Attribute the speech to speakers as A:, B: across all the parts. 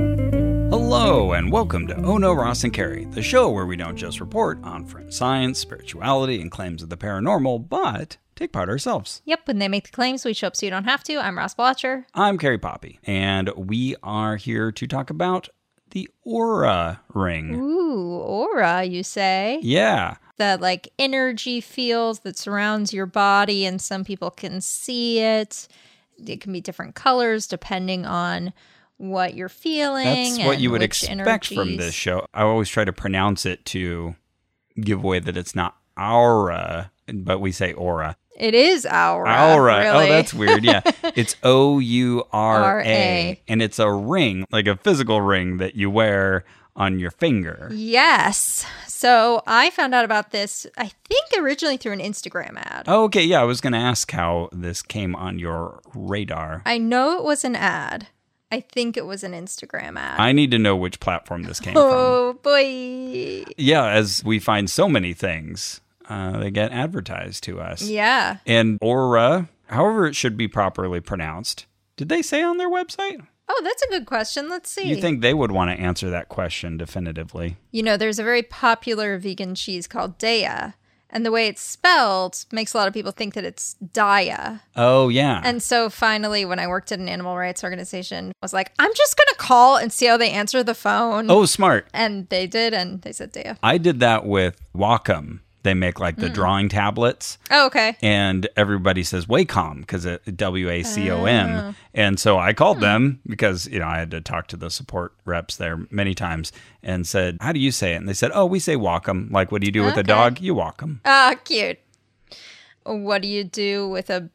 A: Hello, and welcome to Oh No, Ross and Carrie, the show where we don't just report on French science, spirituality, and claims of the paranormal, but take part ourselves.
B: Yep, when they make the claims, we show up so you don't have to. I'm Ross Blotcher.
A: I'm Carrie Poppy, and we are here to talk about the aura ring.
B: Ooh, aura, you say?
A: Yeah.
B: The like energy field that surrounds your body, and some people can see it. It can be different colors depending on what you're feeling.
A: That's what
B: and
A: you would
B: which
A: expect from this
B: energies.
A: show. I always try to pronounce it to give away that it's not aura, but we say aura.
B: It is aura.
A: Aura.
B: Really.
A: Oh, that's weird. Yeah. it's O U R A.
B: R.A..
A: And it's a ring, like a physical ring that you wear on your finger.
B: Yes. So I found out about this, I think originally through an Instagram ad.
A: Oh, Okay. Yeah. I was going to ask how this came on your radar.
B: I know it was an ad. I think it was an Instagram ad.
A: I need to know which platform this came from.
B: oh, boy.
A: Yeah. As we find so many things, uh, they get advertised to us.
B: Yeah.
A: and aura, however it should be properly pronounced. Did they say on their website?
B: Oh, that's a good question. Let's see.
A: You think they would want to answer that question definitively?
B: You know, there's a very popular vegan cheese called Daya, and the way it's spelled makes a lot of people think that it's Daya.
A: Oh yeah.
B: And so finally, when I worked at an animal rights organization, I was like, I'm just going to call and see how they answer the phone.
A: oh, smart.
B: And they did, and they said Daya.
A: I did that with Wacom. They make like the drawing tablets,
B: Oh, okay.
A: and everybody says Wacom because it W A C O M. And so I called them because you know I had to talk to the support reps there many times and said, "How do you say it?" And they said, "Oh, we say Wacom. Like, what do you do with a
B: Okay.
A: dog? You Wacom."
B: Ah, cute. What do you do with a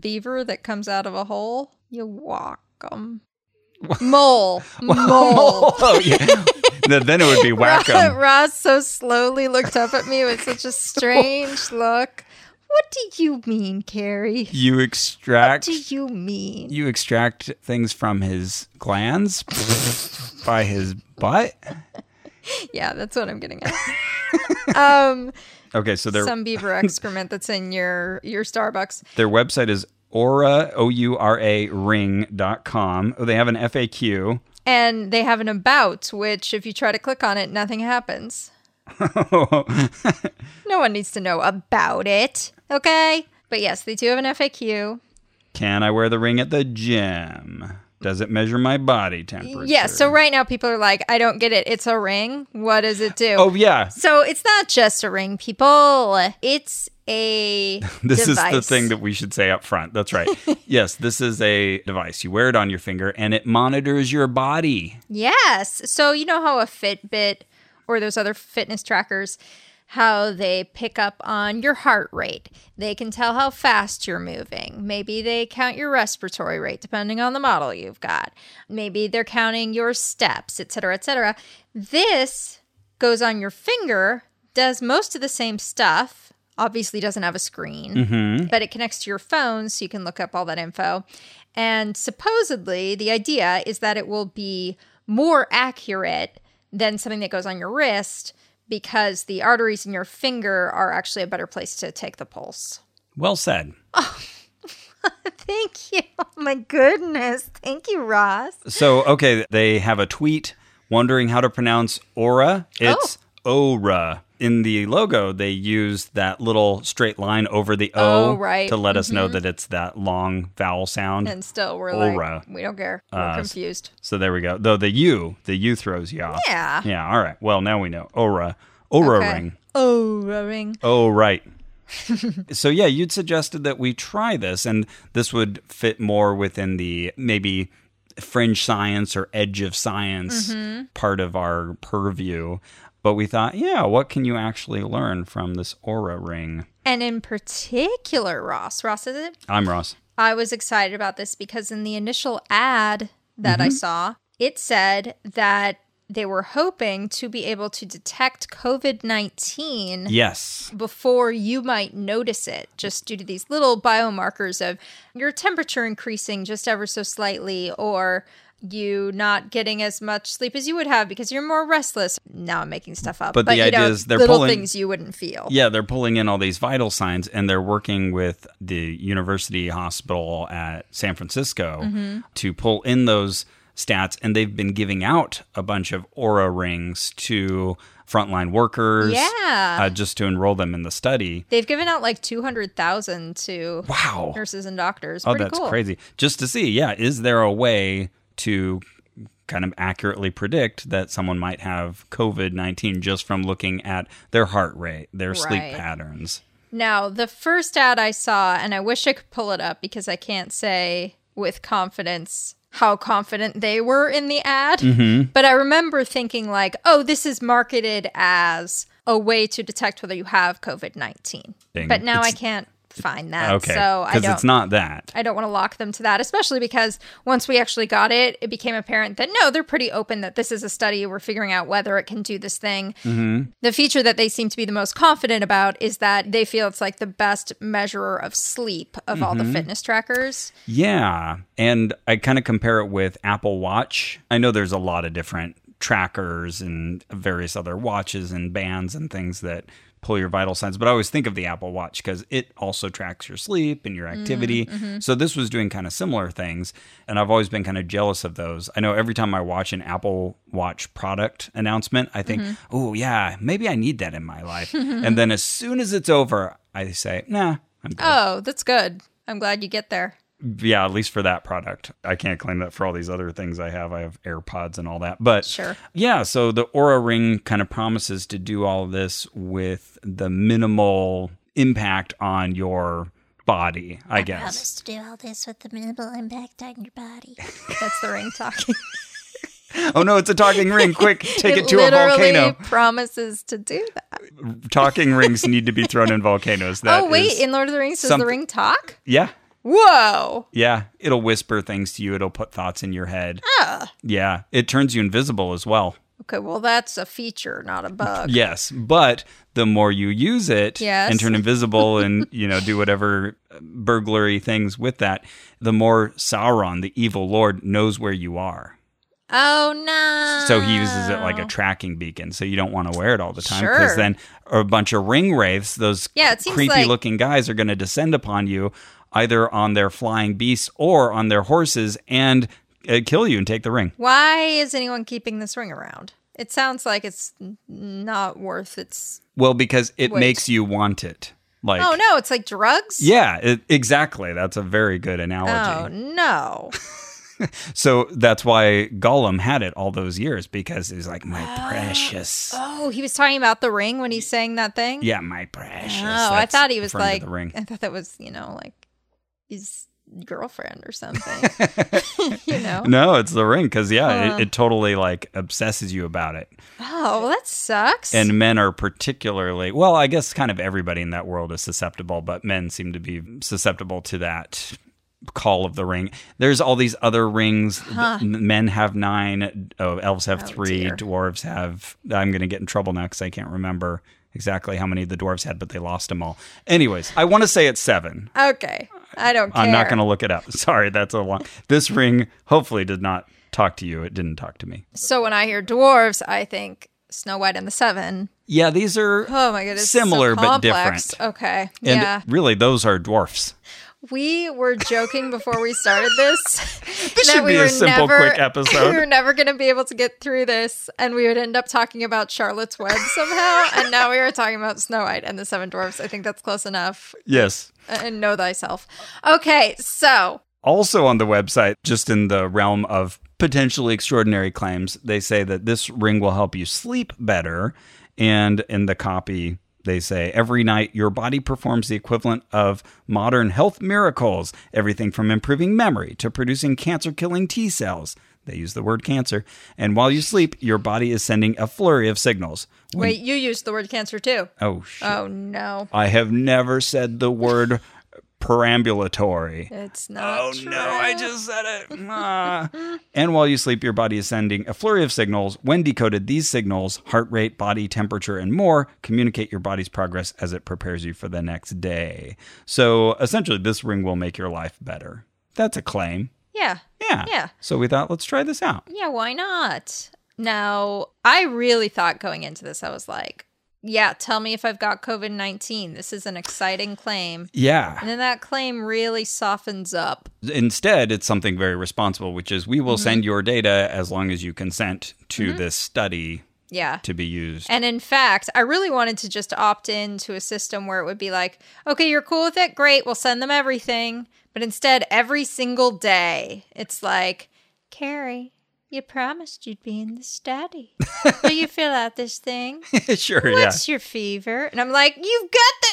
B: beaver that comes out of a hole? You walk 'em. Mole. Mole.
A: oh yeah. Then- then it would be Wacom.
B: Ross so slowly looked up at me with such a strange look. What do you mean, Carrie?
A: you extract
B: Do you mean?
A: you extract things from his glands by his butt.
B: Yeah, that's what I'm getting at. um,
A: Okay, so their
B: some beaver excrement that's in your your Starbucks.
A: their website is aura o u r a ring dot com. Oh, they have an FAQ.
B: And they have an about, which if you try to click on it, nothing happens. No one needs to know about it, okay? But yes, they do have an FAQ.
A: Can I wear the ring at the gym? Does it measure my body temperature?
B: Yeah, so right now people are like, I don't get it. It's a ring. What does it do?
A: Oh yeah,
B: So it's not just a ring, people. It's a
A: this is the
B: device.
A: thing that we should say up front. That's right. yes, this is a device. You wear it on your finger, and it monitors your body.
B: Yes. So you know how a Fitbit or those other fitness trackers how they pick up on your heart rate. They can tell how fast you're moving. Maybe they count your respiratory rate depending on the model you've got. Maybe they're counting your steps, etc., etc. This goes on your finger, does most of the same stuff. Obviously doesn't have a screen but it connects to your phone so you can look up all that info. And supposedly, the idea is that it will be more accurate than something that goes on your wrist because the arteries in your finger are actually a better place to take the pulse.
A: Well said.
B: Thank you. Oh my goodness. Thank you, Ross.
A: So, okay, they have a tweet wondering how to pronounce
B: Oh.
A: aura. It's aura. In the logo, they use that little straight line over the O
B: Oh, right.
A: to let us know that it's that long vowel sound.
B: And still, we're
A: Aura.
B: like, we don't care. We're confused.
A: so there we go. Though the U, the U throws you off.
B: Yeah.
A: Yeah, all right. Well, now we know. Aura. Aura
B: Okay.
A: ring.
B: Oh, ring.
A: Oh, right. so, yeah, you'd suggested that we try this, and this would fit more within the maybe fringe science or edge of science part of our purview. But we thought, yeah, what can you actually learn from this aura ring?
B: And in particular, Ross. Ross, is it?
A: I'm Ross.
B: I was excited about this because in the initial ad that I
A: Mm-hmm.
B: saw, it said that they were hoping to be able to detect COVID 19
A: Yes.
B: before you might notice it, just due to these little biomarkers of your temperature increasing just ever so slightly, or you not getting as much sleep as you would have because you're more restless. Now I'm making stuff up,
A: But the
B: you
A: idea
B: know,
A: is they're
B: little
A: pulling-
B: things you wouldn't feel.
A: Yeah, they're pulling in all these vital signs and they're working with the university hospital at San Francisco
B: Mm-hmm.
A: to pull in those stats. And they've been giving out a bunch of aura rings to frontline workers
B: Yeah.
A: uh, just to enroll them in the study.
B: They've given out like 200,000 to
A: Wow.
B: nurses and doctors.
A: Oh,
B: Pretty
A: that's
B: cool.
A: crazy. Just to see, yeah, is there a way to kind of accurately predict that someone might have COVID 19 just from looking at their heart rate, their sleep
B: Right.
A: patterns?
B: Now, the first ad I saw, and I wish I could pull it up because I can't say with confidence how confident they were in the ad.
A: Mm-hmm.
B: But I remember thinking, like, oh, this is marketed as a way to detect whether you have COVID 19.
A: Thing.
B: But now I
A: It's-
B: can't find that.
A: Okay.
B: So I don't.
A: it's not that.
B: I don't want to lock them to that, especially because once we actually got it, it became apparent that no, they're pretty open that this is a study. We're figuring out whether it can do this thing.
A: Mm-hmm.
B: The feature that they seem to be the most confident about is that they feel it's like the best measurer of sleep of all the
A: Mm-hmm.
B: fitness trackers.
A: Yeah. And I kind of compare it with Apple Watch. I know there's a lot of different trackers and various other watches and bands and things that pull your vital signs, but I always think of the Apple Watch because it also tracks your sleep and your
B: Mm,
A: activity.
B: mm-hmm.
A: So this was doing kind of similar things. And I've always been kind of jealous of those. I know every time I watch an Apple Watch product announcement, I think,
B: Mm-hmm.
A: oh, yeah, maybe I need that in my life. and then as soon as it's over, I say, nah, I'm good
B: Oh, that's good. I'm glad you get there.
A: yeah, at least for that product. I can't claim that for all these other things I have. I have AirPods and all that. But
B: Sure.
A: yeah, so the Aura Ring kind of promises to do all this with the minimal impact on your body, I guess.
C: promise to do all this with the minimal impact on your body.
B: That's the ring talking.
A: Oh no, it's a talking ring. Quick, take it, to a
B: literally
A: volcano.
B: promises to do that.
A: Talking rings need to be thrown in volcanoes. That
B: oh, wait.
A: is-
B: in Lord of the Rings, does
A: something-
B: the ring talk?
A: yeah.
B: Whoa.
A: Yeah, it'll whisper things to you. It'll put thoughts in your head.
B: Ah.
A: Yeah, it turns you invisible as well.
B: Okay, well, that's a feature, not a bug.
A: Yes, but the more you use it
B: Yes.
A: and turn invisible and you know do whatever uh, burglary things with that, the more Sauron, the evil lord, knows where you are.
B: Oh, no.
A: So he uses it like a tracking beacon. So you don't want to wear it all the time because
B: Oh. Sure.
A: then a bunch of ring wraiths, those
B: Yeah, it seems
A: creepy
B: like-
A: looking guys, are going to descend upon you either on their flying beasts or on their horses and uh, kill you and take the ring.
B: Why is anyone keeping this ring around? It sounds like it's n- not worth its.
A: Well, because it
B: Wait.
A: makes you want it. Like
B: Oh no, it's like drugs.
A: Yeah, it, exactly. That's a very good
B: Oh
A: analogy.
B: no. Oh.
A: So that's why Gollum had it all those years because he's like, my precious.
B: Oh, he was talking about the ring when he's saying that thing.
A: Yeah, my precious.
B: Oh, I
A: That's
B: thought he was
A: referring to
B: like.
A: the ring.
B: I thought that was you know like his girlfriend or something. you know.
A: No, it's the ring because yeah, it, it totally like obsesses you about it.
B: Oh, well, that sucks.
A: And men are particularly well, I guess kind of everybody in that world is susceptible, but men seem to be susceptible to that call of the ring. There's all these other rings. M- Men have nine. Oh, elves have
B: Oh,
A: three.
B: dear.
A: Dwarves have. I'm going to get in trouble now because I can't remember exactly how many the dwarves had, but they lost them all. Anyways, I want to say it's seven.
B: okay, I don't care.
A: I'm not going to look it up. Sorry, that's a long. This ring hopefully did not talk to you. It didn't talk to me.
B: So when I hear dwarves, I think Snow White and the Seven.
A: Yeah, these are
B: Oh my goodness, it's so
A: similar but
B: complex.
A: different.
B: Okay,
A: And
B: yeah.
A: really, those are dwarfs.
B: We were joking before we started this. this
A: should be a simple, quick episode.
B: We were never going to be able to get through this, and we would end up talking about Charlotte's Web somehow. and now we are talking about Snow White and the Seven Dwarfs. I think that's close enough.
A: Yes.
B: Uh, And know thyself. Okay, so
A: Also on the website, just in the realm of potentially extraordinary claims, they say that this ring will help you sleep better. And in the copy, they say every night your body performs the equivalent of modern health miracles everything from improving memory to producing cancer killing T cells. They use the word cancer. And while you sleep, your body is sending a flurry of signals. When-
B: wait, you used the word cancer too.
A: Oh, shit.
B: Oh no,
A: I have never said the word perambulatory.
B: it's not.
A: Oh
B: true.
A: no, I just said it. Ah. and while you sleep, your body is sending a flurry of signals. When decoded, these signals, heart rate, body temperature, and more, communicate your body's progress as it prepares you for the next day. So essentially, this ring will make your life better. That's a claim.
B: Yeah.
A: Yeah.
B: Yeah.
A: So we thought, let's try this out.
B: Yeah, why not? Now, I really thought going into this, I was like, yeah, tell me if I've got COVID 19. This is an exciting claim. And
A: Yeah.
B: then that claim really softens up.
A: Instead, it's something very responsible, which is we will send your data as long as you consent to this study
B: Yeah.
A: to be used.
B: And in fact, I really wanted to just opt into a system where it would be like, okay, you're cool with it? Great. We'll send them everything. But instead, every single day, it's like, Carrie, you promised you'd be in the study. Will you fill out this thing?
A: sure. Yeah.
B: What's your fever? And I'm like, you've got the,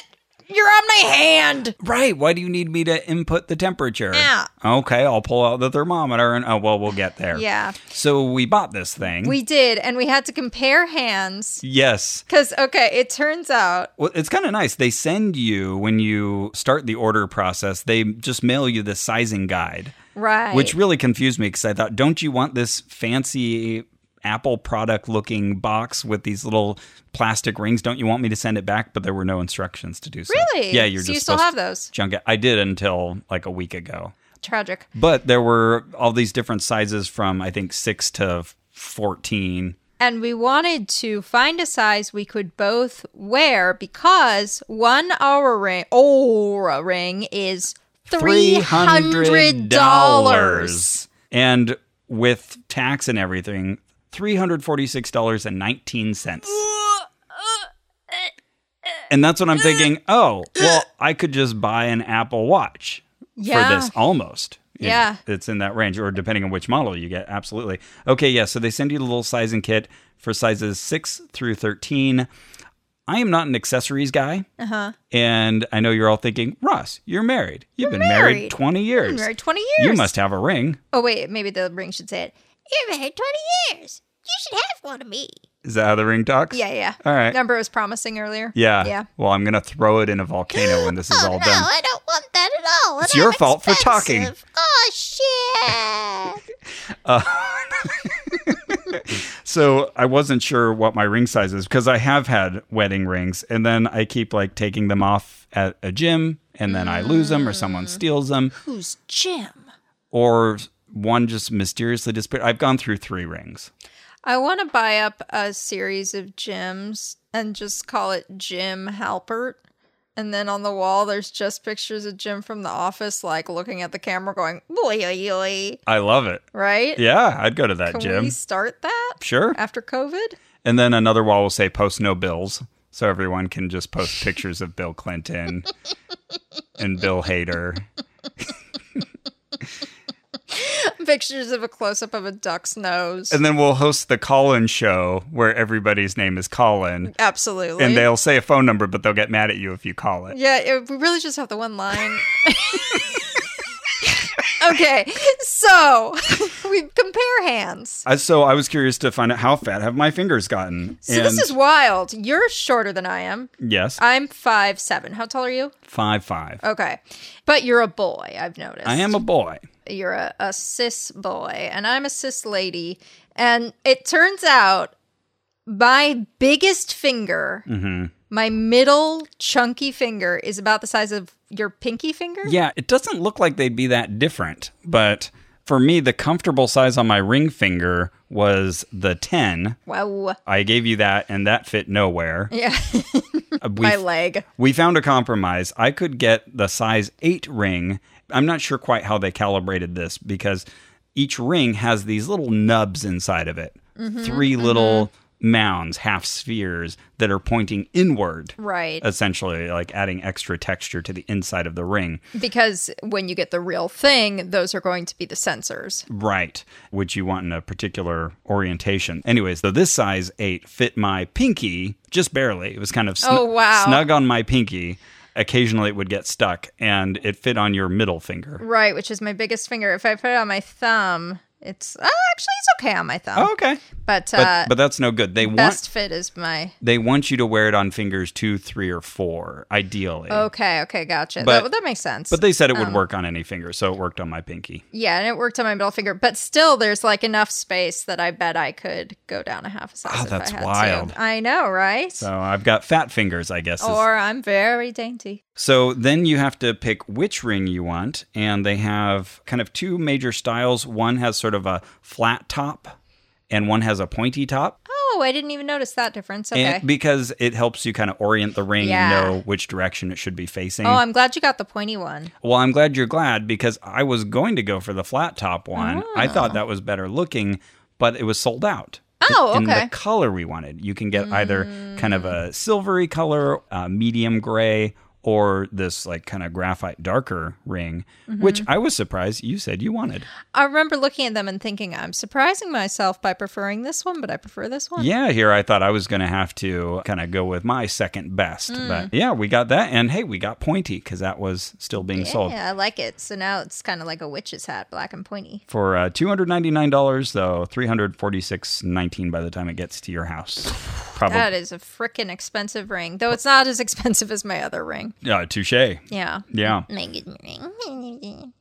B: you're on my hand.
A: Right. Why do you need me to input the temperature?
B: Yeah.
A: Okay, I'll pull out the thermometer and oh well, we'll get there.
B: Yeah,
A: So we bought this thing.
B: we did. And we had to compare hands
A: yes.
B: because, okay, it turns out
A: Well, it's kind of nice. They send you when you start the order process. They just mail you the sizing guide,
B: Right.
A: which really confused me because I thought, don't you want this fancy Apple product looking box with these little plastic rings? Don't you want me to send it back? But there were no instructions to do so.
B: really?
A: Yeah, you're
B: so
A: just
B: you still
A: supposed
B: have
A: to
B: those.
A: junk it. I did until like a week ago.
B: Tragic.
A: But there were all these different sizes from I think six to fourteen.
B: And we wanted to find a size we could both wear because one aura ring, aura ring is three hundred dollars.
A: And with tax and everything, three hundred forty-six dollars and nineteen cents. And that's what I'm thinking. Oh, well, I could just buy an Apple Watch for
B: Yeah.
A: this almost. You know,
B: Yeah.
A: it's in that range, or depending on which model you get. Absolutely. Okay, yeah. So they send you the little sizing kit for sizes six through thirteen. I am not an accessories guy. Uh-huh. And I know you're all thinking, Ross, you're married. You've been married,
B: married.
A: 20 years.
B: Been married twenty years.
A: You must have a ring.
B: Oh wait, maybe the ring should say it.
C: You're married 20 years. You should have one of me.
A: Is that how the ring talks?
B: Yeah, yeah.
A: All right.
B: Number was promising earlier.
A: Yeah.
B: Yeah.
A: Well, I'm going to throw it in a volcano when this is
C: oh,
A: all
C: no,
A: done.
C: I don't want that at all.
A: It's
C: and
A: your
C: I'm
A: fault for talking.
C: expensive. Oh, shit.
A: So I wasn't sure what my ring size is because I have had wedding rings and then I keep like taking them off at a gym and then I lose them or
B: Mm.
A: someone steals them
C: Who's Jim?
A: or one just mysteriously disappeared. I've gone through three rings.
B: I want to buy up a series of gyms and just call it Jim Halpert. And then on the wall, there's just pictures of Jim from the office, like looking at the camera, going "boy, oy, oy,"
A: I love it.
B: right?
A: Yeah, I'd go to that
B: Can
A: gym.
B: we start that
A: Sure.
B: after COVID?
A: And then another wall will say post no bills. So everyone can just post pictures of Bill Clinton and Bill Hader.
B: pictures of a close-up of a duck's nose.
A: And then we'll host the Colin show where everybody's name is Colin.
B: Absolutely.
A: And they'll say a phone number, but they'll get mad at you if you call it.
B: Yeah, it, we really just have the one line. okay, so we compare hands.
A: I, so I was curious to find out how fat have my fingers gotten.
B: So this is wild. You're shorter than I Uh, am.
A: yes,
B: I'm five seven. How tall are you?
A: five five.
B: Okay, but you're a boy. I've noticed.
A: I am a boy.
B: You're a, a cis boy, and I'm a cis lady. And it turns out my biggest finger,
A: Mm-hmm.
B: my middle chunky finger, is about the size of your pinky finger.
A: Yeah, it doesn't look like they'd be that different, but for me, the comfortable size on my ring finger was the ten.
B: Wow.
A: I gave you that, and that fit nowhere.
B: Yeah.
A: Uh, we
B: my leg.
A: We found a compromise. I could get the size 8 ring. I'm not sure quite how they calibrated this because each ring has these little nubs inside of it.
B: Mm-hmm,
A: 3 little mounds, half spheres that are pointing inward.
B: Right.
A: Essentially, like adding extra texture to the inside of the ring.
B: because when you get the real thing, those are going to be the sensors.
A: Right, which you want in a particular orientation. Anyways, though this size 8 fit my pinky just barely. It was kind of sn-
B: Oh, wow.
A: snug on my pinky. Occasionally it would get stuck and it fit on your middle finger.
B: Right, which is my biggest finger. If I put it on my thumb, It's uh, actually it's okay on my thumb,
A: Oh, okay.
B: but,
A: But
B: uh,
A: but that's no good. They
B: best
A: want
B: fit is my
A: they want you to wear it on fingers two, three, or four, ideally.
B: okay. Okay, gotcha.
A: But-
B: that, that makes sense.
A: But they said it would
B: Oh.
A: work on any finger, so it worked on my pinky.
B: yeah, and it worked on my middle finger, but still, there's like enough space that I bet I could go down a half a size.
A: Oh,
B: if I
A: that's
B: had to.
A: wild.
B: I know, right?
A: So I've got fat fingers, I guess. is-
B: or I'm very dainty.
A: So then you have to pick which ring you want, and they have kind of two major styles. One has sort of a flat top, and one has a pointy top.
B: Oh, I didn't even notice that difference. Okay.
A: And because it helps you kind of orient the ring
B: Yeah.
A: and know which direction it should be facing.
B: oh, I'm glad you got the pointy one.
A: Well, I'm glad you're glad because I was going to go for the flat top one. I thought that was better looking, but it was sold out.
B: Oh,
A: In
B: okay. Mm.
A: the color we wanted. You can get either kind of a silvery color, uh, medium gray, or this like kind of graphite darker ring,
B: Mm-hmm.
A: which I was surprised you said you wanted.
B: I remember looking at them and thinking, I'm surprising myself by preferring this one, but I prefer this one.
A: Yeah, here I thought I was going to have to kind of go with my second best.
B: Mm.
A: But yeah, we got that. And hey, we got pointy because that was still being sold.
B: Yeah, I like it. So now it's kind of like a witch's hat, black and pointy.
A: for uh, two hundred ninety nine dollars, though three hundred forty six nineteen by the time it gets to your house. Probably
B: That is a freaking expensive ring, though it's not as expensive as my other ring.
A: uh, touche. Yeah.
B: Yeah.
C: My good morning.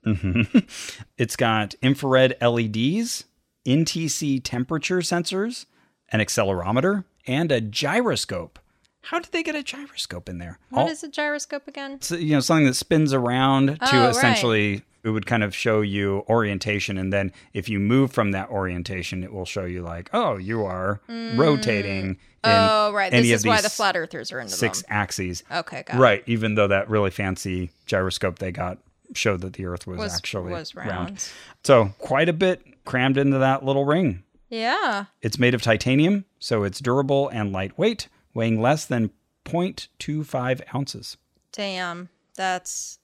A: it's got infrared E LEDs, NTC temperature sensors, an accelerometer, and a gyroscope. How did they get a gyroscope in there?
B: What is a gyroscope again?
A: it's, you know something that spins around
B: Oh,
A: to
B: right.
A: essentially it would kind of show you orientation and then if you move from that orientation it will show you like oh you are rotating in
B: Mm. Oh, right. This
A: any of
B: is why the
A: these
B: flat earthers are into
A: six
B: them.
A: axes
B: Okay, got it.
A: right even though that really fancy gyroscope they got showed that the earth was,
B: Was,
A: actually
B: was round.
A: round. so quite a bit crammed into that little ring
B: Yeah.
A: it's made of titanium so it's durable and lightweight weighing less than 0.25 ounces
B: Damn. That's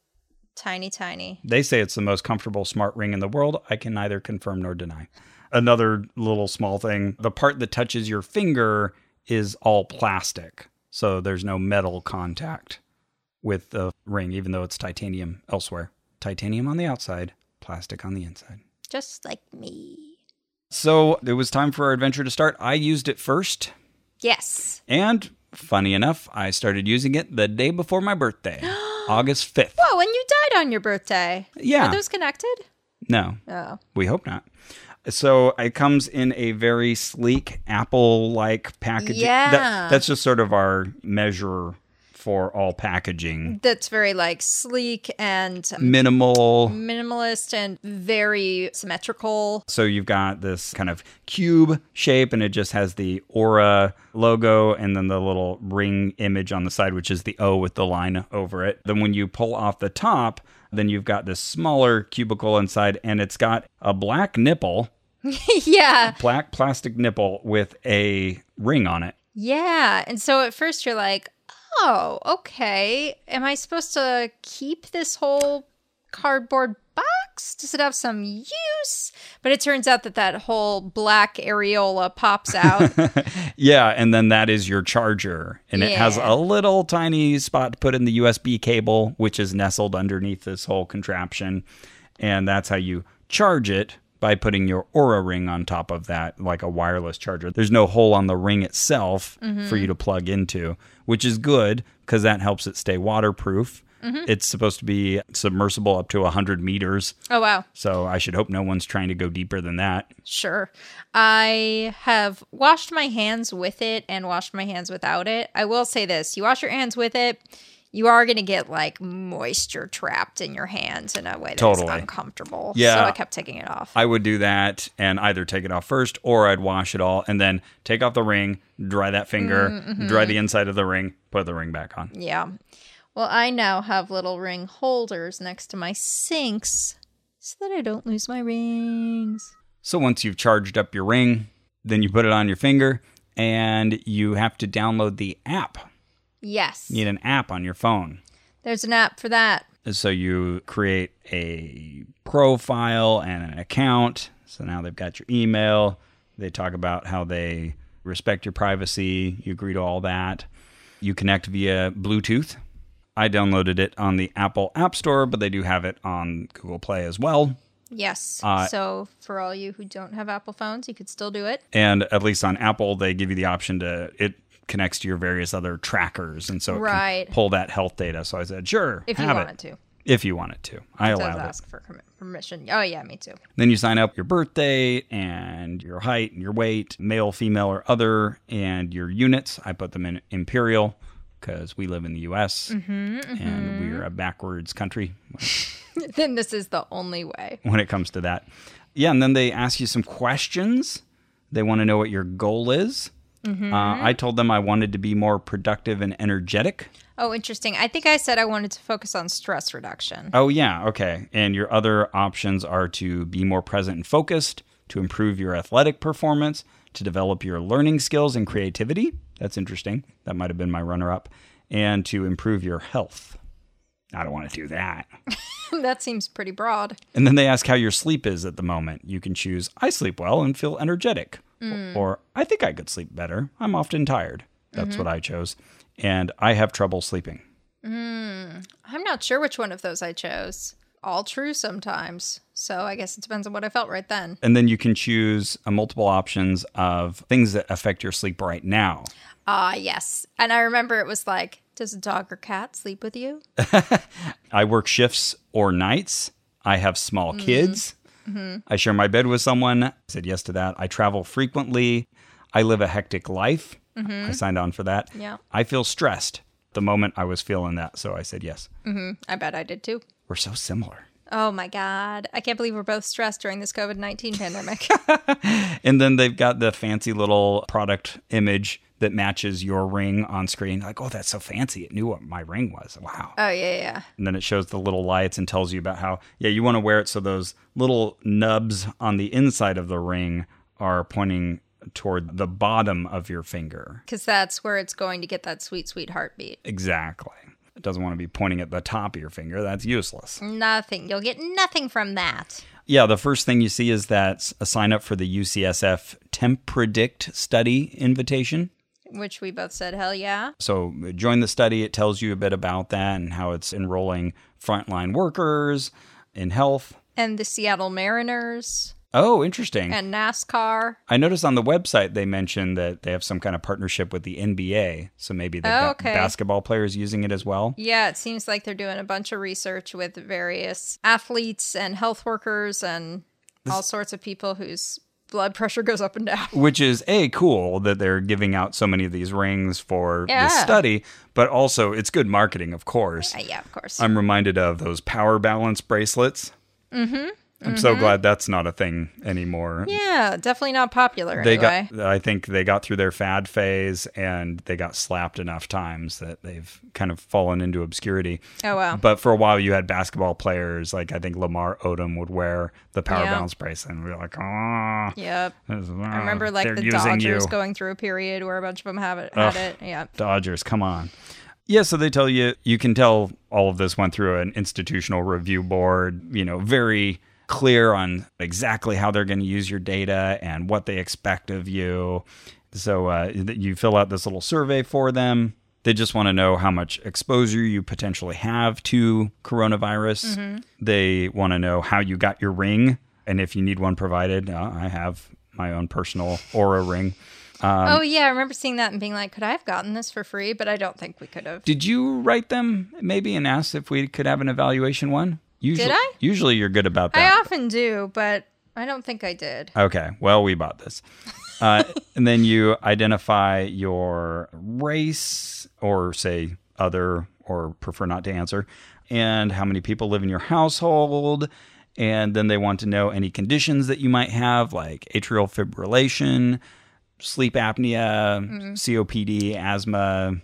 B: tiny, tiny.
A: They say it's the most comfortable smart ring in the world. I can neither confirm nor deny. Another little small thing the part that touches your finger is all plastic. So there's no metal contact with the ring, even though it's titanium elsewhere. Titanium on the outside, plastic on the inside.
B: Just like
C: Me.
A: So it was time for our adventure to start. I used it first.
B: yes.
A: And funny enough, I started using it the day before my birthday, August 5th.
B: Oh, and you died on your birthday.
A: Yeah.
B: Are those connected?
A: No,
B: Oh.
A: We hope not. So it comes in a very sleek Apple-like packaging. That-
B: Yeah.
A: that's just sort of our measure for all packaging.
B: That's very like sleek and
A: Minimal.
B: minimalist and very symmetrical.
A: So you've got this kind of cube shape, and it just has the Aura logo, and then the little ring image on the side, which is the O with the line over it. Then when you pull off the top, then you've got this smaller cubicle inside, and it's got a black nipple,
B: yeah.
A: black plastic nipple with a ring on it.
B: Yeah. And so at first you're like, oh, okay. Am I supposed to keep this whole cardboard box? Does it have some use? But it turns out that that whole black areola pops out.
A: Yeah, and then that is your charger. And it has
B: Yeah.
A: a little tiny spot to put in the USB cable, which is nestled underneath this whole contraption. And that's how you charge it by putting your Aura ring on top of that, like a wireless charger. There's no hole on the ring itself for you to plug into, which is good because that helps it stay waterproof. It's supposed to be submersible up to 100 meters.
B: oh, wow.
A: So I should hope no one's trying to go deeper than that.
B: Sure. I have washed my hands with it and washed my hands without it. I will say this you wash your hands with it, you are going to get like moisture trapped in your hands in a way that's
A: Totally.
B: uncomfortable.
A: Yeah.
B: So I kept taking it off.
A: I would do that and either take it off first or I'd wash it all and then take off the ring, dry that finger, dry the inside of the ring, put the ring back on.
B: yeah. Well, I now have little ring holders next to my sinks so that I don't lose my rings.
A: So once you've charged up your ring, then you put it on your finger and you have to download the app.
B: Yes.
A: You need an app on your phone.
B: There's an app for that.
A: So you create a profile and an account. So now they've got your email. They talk about how they respect your privacy. You agree to all that. You connect via Bluetooth. I downloaded it on the Apple App Store, but they do have it on Google Play as well.
B: Yes.
A: Uh,
B: so for all you who don't have Apple phones, you could still do it.
A: and at least on Apple, they give you the option to it connects to your various other trackers, and so it
B: Right.
A: can pull that health data. So I said, sure,
B: If
A: have
B: you
A: it
B: wanted to.
A: if you want it to. I
B: Does
A: allowed it.
B: ask for com- permission. Oh yeah, me too.
A: Then you sign up your birthday and your height and your weight, male, female, or other, and your units. I put them in imperial because we live in the U.S. and we're a backwards country
B: then this is the only way.
A: when it comes to that. Yeah, and then they ask you some questions. They want to know what your goal is. Uh, I told them I wanted to be more productive and energetic.
B: Oh, interesting. I think I said I wanted to focus on stress reduction.
A: Oh, yeah, okay. And your other options are to be more present and focused, to improve your athletic performance, to develop your learning skills and creativity. That's interesting. That might have been my runner up. And to improve your health. I don't want to do that. Oh.
B: that seems pretty broad.
A: And then they ask how your sleep is at the moment. You can choose I sleep well and feel energetic, or I think I could sleep better. I'm often tired. That's what I chose. And I have trouble sleeping.
B: I'm not sure which one of those I chose. All true sometimes. So I guess it depends on what I felt right then.
A: And then you can choose uh, multiple options of things that affect your sleep right now.
B: Ah, yes. And I remember it was like, does a dog or cat sleep with you?
A: I work shifts or nights. I have small kids. I share my bed with someone. I said yes to that. I travel frequently. I live a hectic life. I signed on for that.
B: Yeah.
A: I feel stressed. The moment I was feeling that, so I said yes.
B: I bet I did too.
A: We're so similar.
B: Oh my God. I can't believe we're both stressed during this COVID 19 pandemic.
A: And then they've got the fancy little product image that matches your ring on screen. Like, oh, that's so fancy. It knew what my ring was. Wow.
B: oh, yeah, yeah.
A: and then it shows the little lights and tells you about how, yeah, you want to wear it so those little nubs on the inside of the ring are pointing toward the bottom of your finger.
B: Because that's where it's going to get that sweet, sweet heartbeat.
A: Exactly. It doesn't want to be pointing at the top of your finger. That's useless.
B: Nothing. You'll get nothing from that.
A: Yeah, the first thing you see is that a sign up for the UCSF Temp Predict study invitation.
B: Which we both said, hell yeah.
A: So join the study. It tells you a bit about that and how it's enrolling frontline workers in health.
B: And the Seattle Mariners
A: Oh, interesting.
B: and NASCAR.
A: I noticed on the website they mentioned that they have some kind of partnership with the NBA. So maybe they've
B: Oh,
A: got
B: okay.
A: basketball players using it as well.
B: Yeah, it seems like they're doing a bunch of research with various athletes and health workers and all sorts of people whose blood pressure goes up and down.
A: Which is A, cool that they're giving out so many of these rings for
B: Yeah.
A: this study, but also it's good marketing, of course.
B: Uh, yeah, of course.
A: I'm reminded of those power balance bracelets. Mm-hmm. I'm so glad that's not a thing anymore.
B: yeah, definitely not popular
A: They
B: anyway.
A: got, I think they got through their fad phase and they got slapped enough times that they've kind of fallen into obscurity.
B: oh wow.
A: But for a while, you had basketball players like I think Lamar Odom would wear the power
B: Yeah.
A: balance bracelet, and we were like, oh,
B: yep.
A: I
B: I remember like the Dodgers going through a period where a bunch of them have it had it. Yeah.
A: Dodgers, come on. Yeah, so they tell you you can tell all of this went through an institutional review board, you know, very clear on exactly how they're going to use your data and what they expect of you. So uh, th- you fill out this little survey for them. They just want to know how much exposure you potentially have to coronavirus. They want to know how you got your ring and if you need one provided. Uh, I have my own personal aura ring. Um,
B: oh yeah, I remember seeing that and being like, could I have gotten this for free? But I don't think we could have.
A: Did you write them maybe and ask if we could have an evaluation one? Usually,
B: Did I?
A: Usually you're good about
B: I
A: that.
B: often do, but I don't think I did.
A: okay. Well, we bought this. Uh, and then you identify your race or say other or prefer not to answer and how many people live in your household. And then they want to know any conditions that you might have like atrial fibrillation, sleep apnea,
B: Mm-hmm.
A: COPD, asthma.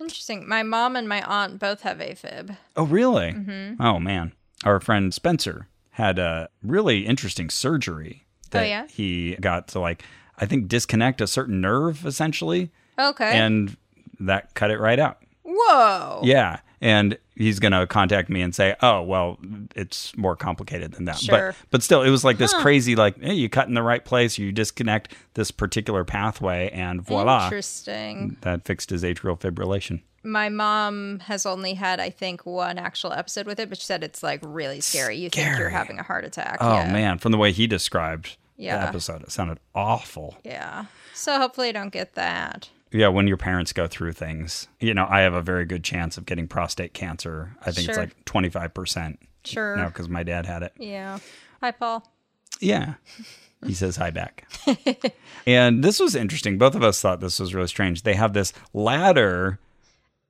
B: Interesting. My mom and my aunt both have AFib.
A: Oh, really?
B: Mm-hmm.
A: Oh, man. Our friend Spencer had a really interesting surgery that
B: Oh, yeah?
A: he got to, like, I think disconnect a certain nerve essentially,
B: Okay.
A: and that cut it right out.
B: Whoa.
A: Yeah. And he's going to contact me and say, oh, well, it's more complicated than that.
B: Sure.
A: But, but still, it was like this crazy, like, hey, you cut in the right place, you disconnect this particular pathway, and voila,
B: Interesting.
A: that fixed his atrial fibrillation.
B: my mom has only had, I think, one actual episode with it, but she said it's like really scary. You think you're
A: Scary.
B: having a heart attack.
A: Oh
B: yeah.
A: man, from the way he described the
B: Yeah.
A: episode, it sounded awful.
B: Yeah. So hopefully you don't get that.
A: Yeah, when your parents go through things, you know, I have a very good chance of getting prostate cancer. I think
B: Sure.
A: it's like twenty five percent
B: Sure.
A: now because my dad had it.
B: Yeah. Hi, Paul.
A: Yeah. He says hi back. and this was interesting. Both of us thought this was really strange. They have this ladder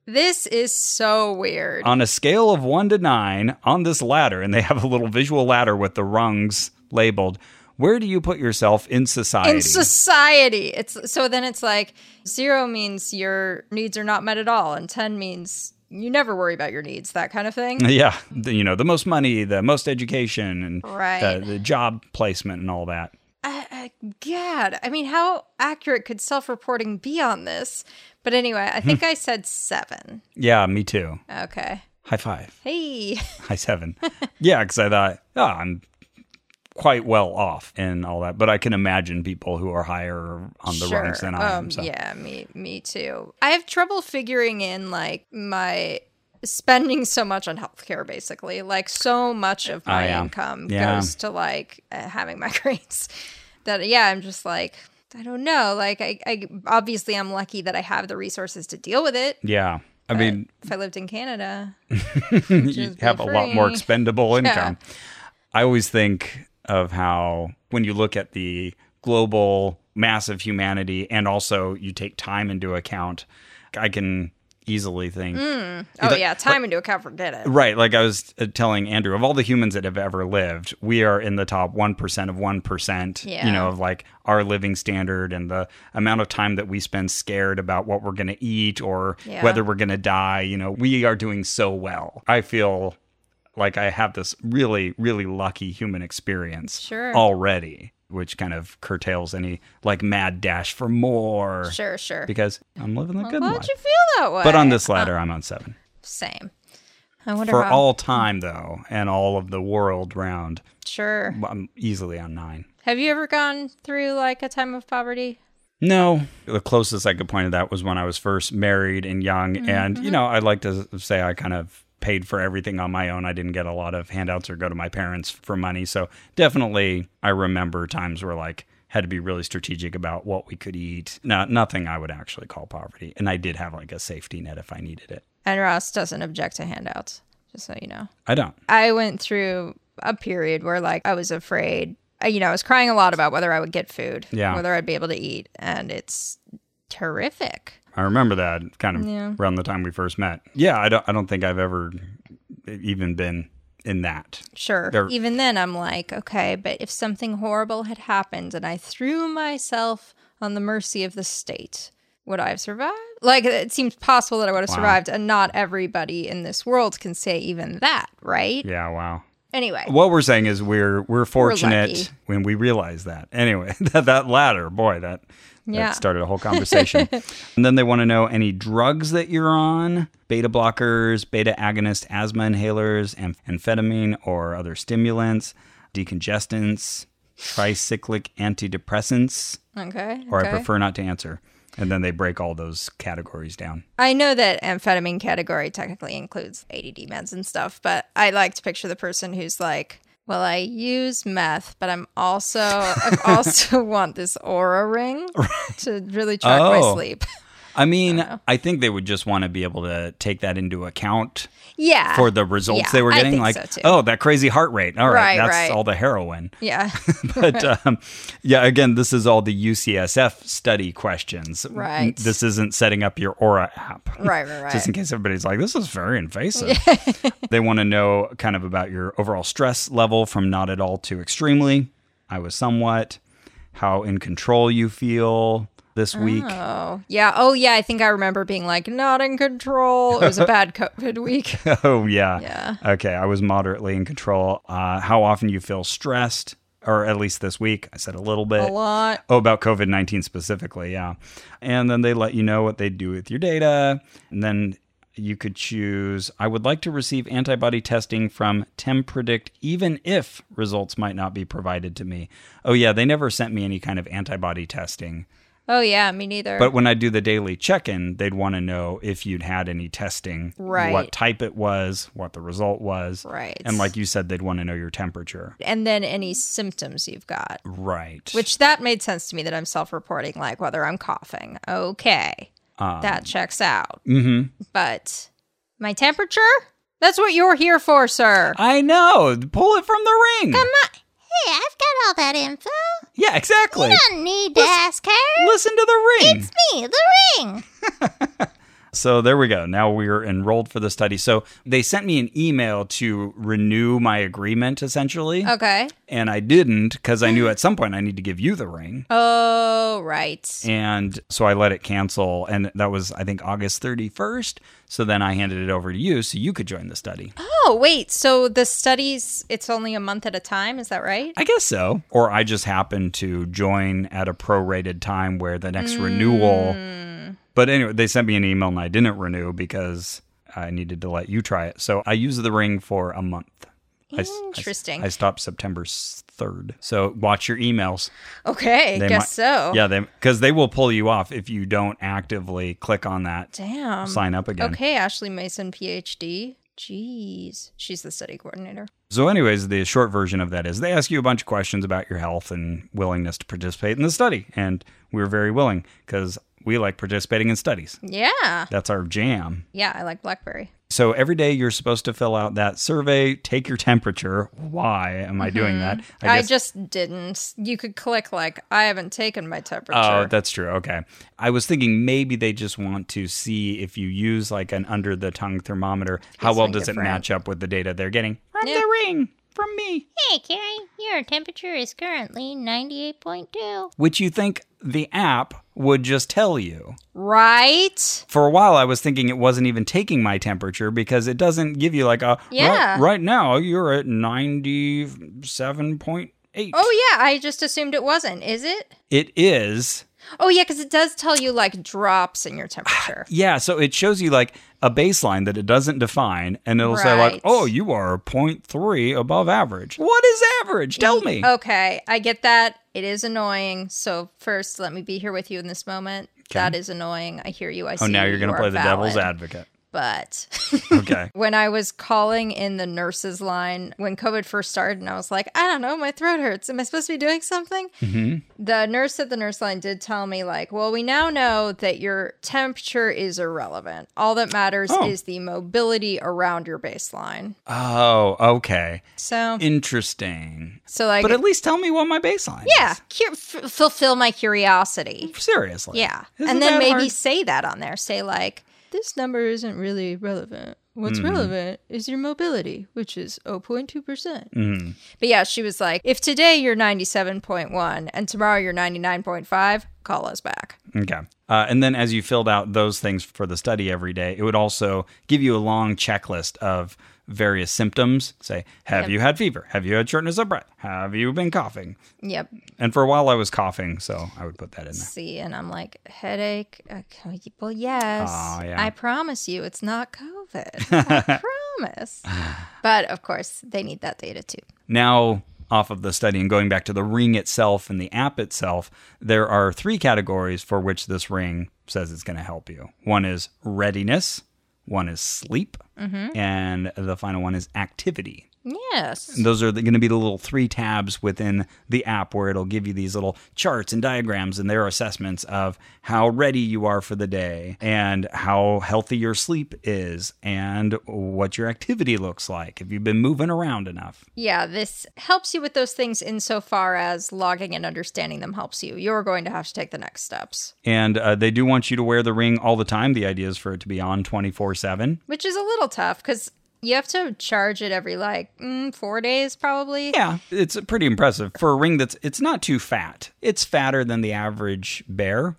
B: This is so weird.
A: on a scale of one to nine on this ladder, and they have a little visual ladder with the rungs labeled. Where do you put yourself in society?
B: in society it's so then it's like zero means your needs are not met at all and 10 means you never worry about your needs that kind of thing
A: yeah. The, you know, the most money, the most education, and
B: Right.
A: the, the job placement and all that.
B: I, I, god i mean how accurate could self-reporting be on this but anyway i think i said seven
A: Yeah, me too.
B: okay
A: High five.
B: hey
A: high seven. yeah, because I thought, oh, I'm quite well off and all that. But I can imagine people who are higher on the
B: sure.
A: rungs than I am.
B: Um,
A: So.
B: yeah me me too i have trouble figuring in like my spending so much on healthcare basically like so much of my
A: Oh, yeah.
B: income
A: Yeah.
B: goes to like uh, having migraines that yeah i'm just like i don't know like I, I obviously i'm lucky that i have the resources to deal with it
A: Yeah. I mean,
B: if i lived in canada
A: you
B: be
A: have a lot more
B: free.
A: expendable income. I always think of how when you look at the global mass of humanity and also you take time into account, I can easily think
B: oh yeah time into account forget it
A: Right. Like I was uh, telling Andrew, of all the humans that have ever lived, we are in the top 1% of 1%, you
B: Yeah.
A: know, of like our living standard and the amount of time that we spend scared about what we're going to eat or
B: Yeah.
A: whether we're going to die. You know, we are doing so well. I feel like I have this really, really lucky human experience
B: Sure.
A: already, which kind of curtails any like mad dash for more
B: sure sure
A: because I'm living the good
B: why'd
A: life.
B: you feel that way
A: But on this ladder,
B: Uh,
A: I'm on seven
B: same i wonder
A: for
B: how Mm.
A: all time though and all of the world round
B: sure
A: i'm easily on nine
B: Have you ever gone through like a time of poverty?
A: no the closest i could point to that was when i was first married and young
B: Mm,
A: and
B: mm-hmm.
A: you know i like to say i kind of paid for everything on my own i didn't get a lot of handouts or go to my parents for money so definitely i remember times where like had to be really strategic about what we could eat no, nothing i would actually call poverty and i did have like a safety net if i needed it
B: And Ross doesn't object to handouts, just so you know.
A: i don't
B: I went through a period where like I was afraid, uh, you know, I was crying a lot about whether I would get food,
A: Yeah.
B: whether I'd be able to eat, and it's terrific.
A: I remember that kind of
B: Yeah.
A: around the time we first met. Yeah, I don't I don't think I've ever even been in that.
B: Sure.
A: There-
B: Even then I'm like, okay, but if something horrible had happened and I threw myself on the mercy of the state, would I have survived? Like it seems possible that I would have survived and not everybody in this world can say even that, right?
A: Yeah, wow.
B: Anyway.
A: What we're saying is we're we're fortunate
B: lucky.
A: when we realize that. Anyway, that that latter, boy, that
B: Yeah.
A: that started a whole conversation. and then they want to know any drugs that you're on, beta blockers, beta agonist, asthma inhalers, am- amphetamine or other stimulants, decongestants, tricyclic antidepressants.
B: Okay.
A: or I
B: okay.
A: prefer not to answer. And then they break all those categories down.
B: I know that amphetamine category technically includes ADD meds and stuff, but I like to picture the person who's like, well, I use meth, but I'm also I also want this aura ring to really track my
A: Oh.
B: sleep.
A: I mean,
B: Oh.
A: I, think they would just want to be able to take that into account
B: yeah.
A: for the results
B: yeah,
A: they were
B: I
A: getting.
B: think
A: like,
B: so too.
A: oh, that crazy heart rate. All right,
B: Right,
A: that's
B: right.
A: all the heroin.
B: yeah.
A: But um, yeah, again, this is all the UCSF study questions.
B: Right.
A: This isn't setting up your Aura app.
B: Right, right,
A: Just in
B: right.
A: case everybody's like, this is very invasive. they want to know kind of about your overall stress level from not at all to extremely. I was somewhat. How in control you feel this week.
B: Oh, yeah. Oh, yeah. I think I remember being like, not in control. It was a bad COVID week.
A: Oh, yeah.
B: Yeah.
A: Okay. I was moderately in control. Uh, how often you feel stressed, or at least this week. I said a little bit.
B: A lot.
A: Oh, about COVID 19 specifically, yeah. And then they let you know what they do with your data. And then you could choose I would like to receive antibody testing from TemPredict, even if results might not be provided to me. Oh, yeah, they never sent me any kind of antibody testing.
B: Oh yeah, me neither.
A: But when I do the daily check in, they'd want to know if you'd had any testing,
B: Right.
A: what type it was, what the result was.
B: Right.
A: And like you said, they'd want to know your temperature.
B: and then any symptoms you've got.
A: Right.
B: Which that made sense to me that I'm self-reporting like whether I'm coughing. Okay.
A: Um,
B: that checks out.
A: hmm
B: But my temperature? That's what you're here for, sir.
A: I know. Pull it from the ring.
C: Hey, I've got all that info.
A: Yeah, exactly.
C: I don't need to ask her.
A: Listen to the ring.
C: Me, the ring.
A: So there we go. Now we're enrolled for the study. So they sent me an email to renew my agreement essentially.
B: Okay.
A: And I didn't because I knew at some point I need to give you the ring.
B: Oh, right.
A: And so I let it cancel. And that was, I think, August 31st. So then I handed it over to you so you could join the study.
B: Oh, wait. So the studies, it's only a month at a time. Is that right?
A: I guess so. Or I just happened to join at a prorated time where the next renewal.
B: Hmm.
A: But anyway, they sent me an email and I didn't renew because I needed to let you try it. So I used the ring for a month. I s- I s-
B: Interesting.
A: I, stopped September 3rd. So watch your emails.
B: okay.
A: They
B: guess
A: might-
B: so.
A: Yeah, because they will pull you off if you don't actively click on that
B: Damn.
A: sign up again.
B: Okay, Ashley Mason, PhD. Jeez. She's the study coordinator.
A: So, anyways, the short version of that is they ask you a bunch of questions about your health and willingness to participate in the study. And we were very willing because we like participating in studies.
B: Yeah.
A: That's our jam.
B: Yeah, I like Blackberry.
A: So, every day you're supposed to fill out that survey, take your temperature. Why am I doing that?
B: Mm-hmm. I,
A: guess-
B: just didn't. You could click, like, I haven't taken my temperature.
A: Oh, that's true. Okay. I was thinking maybe they just want to see if you use like an under the tongue thermometer, how well
B: something
A: does
B: different.
A: it match up with the data they're getting from
B: Yeah.
A: the ring, from me.
C: Hey, Carrie, your temperature is currently 98.2.
A: Which you think the app would just tell you.
B: right?
A: for a while I was thinking it wasn't even taking my temperature because it doesn't give you like a
B: Yeah.
A: right, right now you're at 97.8.
B: Oh, yeah. I just assumed it wasn't. Is it?
A: It is.
B: Oh, yeah, because it does tell you, like, drops in your temperature.
A: Yeah, so it shows you like a baseline that it doesn't define and it'll say
B: Right.
A: like, "Oh, you are 0.3 above average." What is average? Tell me.
B: oh, Okay, I get that. It is annoying. So first, let me be here with you in this moment. That is annoying. I hear you. I see.
A: oh, now you're going
B: you
A: to play
B: are
A: the devil's
B: valid.
A: advocate.
B: But
A: Okay.
B: when I was calling in the nurses line when COVID first started, and I was like, I don't know, my throat hurts. Am I supposed to be doing something?
A: Mm-hmm.
B: The nurse at the nurse line did tell me, like, well, we now know that your temperature is irrelevant. All that matters
A: Oh.
B: is the mobility around your baseline.
A: oh, okay.
B: So,
A: Interesting.
B: so like,
A: But at least tell me what my baseline
B: yeah,
A: is.
B: cu- f- fulfill my curiosity.
A: Seriously.
B: Yeah.
A: Isn't
B: and then
A: that
B: maybe
A: hard?
B: say that on there. Say, like, this number isn't really relevant. What's
A: Hmm.
B: relevant is your mobility, which is 0.2%. percent
A: Mm-hmm.
B: But yeah, she was like, if today you're 97.1 and tomorrow you're 99.5, call us back.
A: Okay. Uh, and then as you filled out those things for the study every day, it would also give you a long checklist of various symptoms. Say, have you had fever? Have you had shortness of breath? Have you been coughing?
B: Yep.
A: And for a while I was coughing, so I would put that in there.
B: See, and I'm like, headache. Okay, well, yes.
A: Aw, yeah.
B: I promise you it's not COVID. I promise. But of course, they need that data too.
A: Now, off of the study and going back to the ring itself and the app itself, there are three categories for which this ring says it's going to help you. One is readiness, one is sleep, and the final one is activity.
B: Yes.
A: Those are going to be the little three tabs within the app where it'll give you these little charts and diagrams and their assessments of how ready you are for the day and how healthy your sleep is and what your activity looks like. If you've been moving around enough.
B: Yeah, this helps you with those things insofar as logging and understanding them helps you. You're going to have to take the next steps,
A: And uh, they do want you to wear the ring all the time. The idea is for it to be on 24 7.
B: which is a little tough because you have to charge it every like mm, four days, probably.
A: Yeah, it's pretty impressive for a ring that's it's not too fat. It's fatter than the average bear.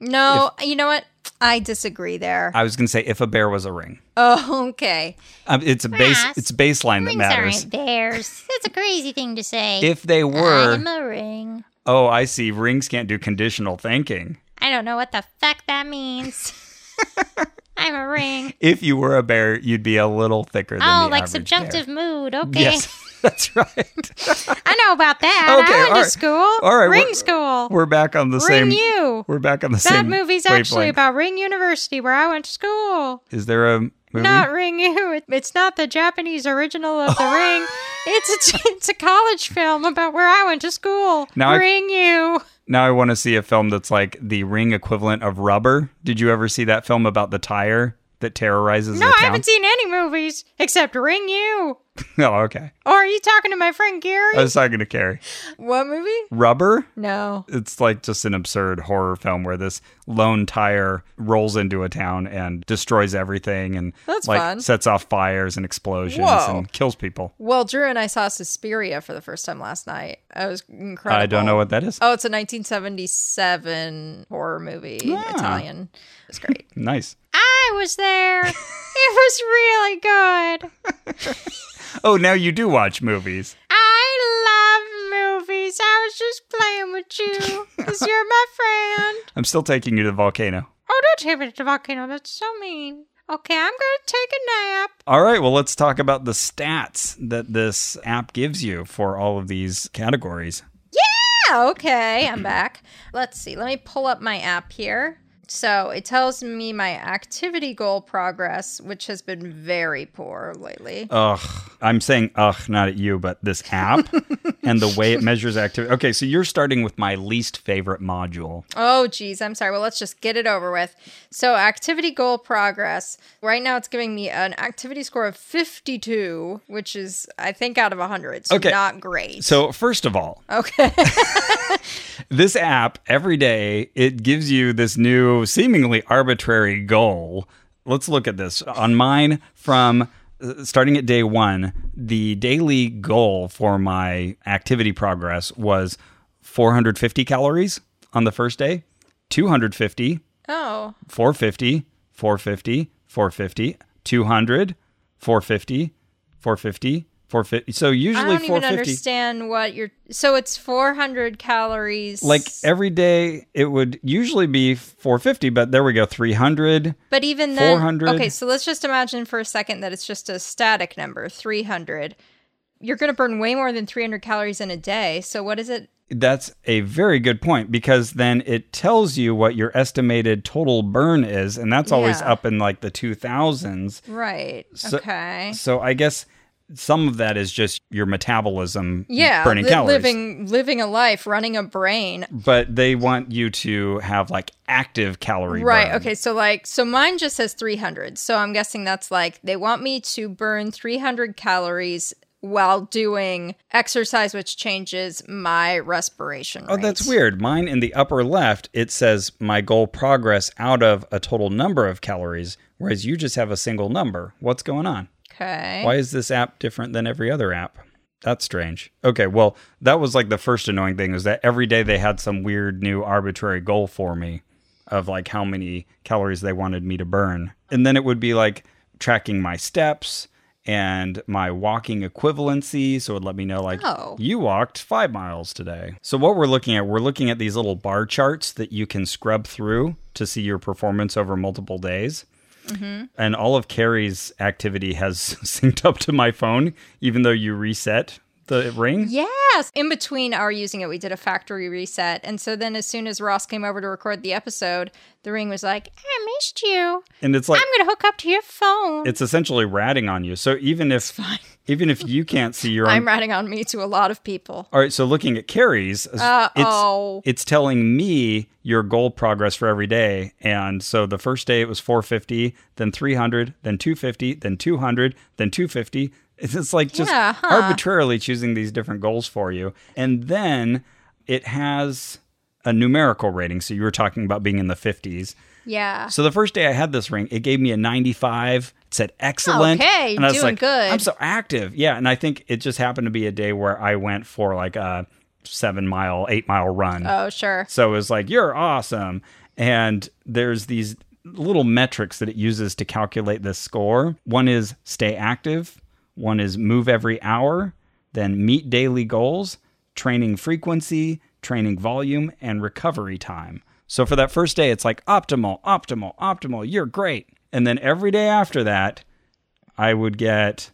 B: No, you know what? I disagree there.
A: I was going to say if a bear was a ring.
B: oh, okay.
A: Um, it's a base.
C: Yes.
A: It's baseline that
C: Rings
A: matters.
C: aren't bears. That's a crazy thing to say.
A: If they
C: I'm
A: were,
C: a ring.
A: oh, I see. Rings can't do conditional thinking.
C: I don't know what the fuck that means. I'm a ring.
A: If you were a bear, you'd be a little thicker than
C: Oh,
A: the
C: like
A: average
C: subjunctive mood.
A: Bear.
C: Okay.
A: Yes. That's right.
B: I know about that.
A: Okay,
B: I went
A: all
B: to
A: right.
B: school.
A: All right,
B: Ring
A: we're-
B: school.
A: We're back on the same.
B: Ring you.
A: We're back on the
B: that
A: same.
B: movie's actually
A: wavelength.
B: about Ring University where I went to school.
A: Is there a movie?
B: Not Ring You. It- It's not the Japanese original of The Ring. It's a, it's a college film about where I went to school.
A: Now I-
B: ring You.
A: Now I want to see a film that's like the ring equivalent of Rubber. Did you ever see that film about the tire that terrorizes
B: No,
A: the
B: I
A: town?
B: haven't seen any movies except Ring You.
A: oh, okay.
B: Or are you talking to my friend Gary?
A: I was talking to Carrie.
B: what movie?
A: Rubber.
B: No.
A: It's like just an absurd horror film where this lone tire rolls into a town and destroys everything and
B: That's
A: like
B: fun.
A: sets off fires and explosions
B: Whoa.
A: and kills people.
B: Well, Drew and I saw Suspiria for the first time last night. I was incredible.
A: I don't know what that is.
B: Oh, it's a 1977 horror movie, Italian. It's great.
A: Nice.
B: I was there. It was really good.
A: Oh, now you do watch movies.
B: I love movies. I was just playing with you because you're my friend.
A: I'm still taking you to the volcano.
B: Oh, don't take me to the volcano. That's so mean. Okay, I'm going to take a nap.
A: All right, well, let's talk about the stats that this app gives you for all of these categories.
B: Yeah, okay, I'm back. Let's see. Let me pull up my app here. So it tells me my activity goal progress, which has been very poor lately.
A: Ugh, I'm saying ugh, not at you, but this app and the way it measures activity. Okay, so you're starting with my least favorite module.
B: Oh, geez. I'm sorry. Well, let's just get it over with. So, activity goal progress. Right now, it's giving me an activity score of 52, which is, I think, out of 100. So,
A: Okay.
B: not great.
A: So, first of all,
B: okay.
A: this app every day it gives you this new seemingly arbitrary goal let's look at this on mine from uh, starting at day one the daily goal for my activity progress was 450 calories on the first day 250
B: oh,
A: 450 450 450 200 450 450 450 so
B: I
A: usually
B: don't even
A: 450
B: understand what you're. So, it's 400 calories.
A: like every day it would usually be 450 but there we go 300
B: But even then,
A: 400.
B: okay, so let's just imagine for a second that it's just a static number, 300. You're going to burn way more than 300 calories in a day. So what is it?
A: that's a very good point because then it tells you what your estimated total burn is and that's always
B: Yeah.
A: up in like the 2000s
B: Right. okay.
A: so i guess some of that is just your metabolism
B: Yeah,
A: burning
B: li-
A: calories
B: living living a life, running a brain.
A: but they want you to have like active calorie
B: Right.
A: burn.
B: Okay. So like, so mine just says 300. So I'm guessing that's like they want me to burn 300 calories while doing exercise, which changes my respiration.
A: Oh, that's weird. Mine in the upper left, it says my goal progress out of a total number of calories, whereas you just have a single number. What's going on?
B: Okay.
A: Why is this app different than every other app? That's strange. Okay, well, that was like the first annoying thing was that every day they had some weird new arbitrary goal for me of like how many calories they wanted me to burn. And then it would be like tracking my steps and my walking equivalency. So it would let me know like
B: Oh.
A: you walked five miles today. So what we're looking at, we're looking at these little bar charts that you can scrub through to see your performance over multiple days
B: Mm-hmm.
A: and all of Carrie's activity has synced up to my phone, even though you reset the ring.
B: Yes. In between our using it, we did a factory reset. And so then as soon as Ross came over to record the episode, the ring was like, I missed you.
A: And it's like
B: I'm going to hook up to your phone.
A: it's essentially ratting on you. So even if even if you can't see your
B: I'm
A: own
B: ratting on me to a lot of people.
A: all right, so looking at Carrie's,
B: oh.
A: it's, it's telling me your goal progress for every day. And so the first day it was 450, then 300, then 250, then 200, then 250. It's it's like just
B: Yeah, huh.
A: arbitrarily choosing these different goals for you. And then it has a numerical rating. So you were talking about being in the 50s.
B: Yeah.
A: So the first day I had this ring, it gave me a 95. It said excellent.
B: Okay,
A: and I was
B: doing
A: like,
B: good.
A: I'm so active. Yeah, and I think it just happened to be a day where I went for like a seven mile, eight mile run.
B: Oh, sure.
A: So it was like, you're awesome. And there's these little metrics that it uses to calculate this score. One is stay active, one is move every hour, then meet daily goals, training frequency, training volume, and recovery time. So for that first day, it's like optimal, optimal, optimal, you're great. And then every day after that, I would get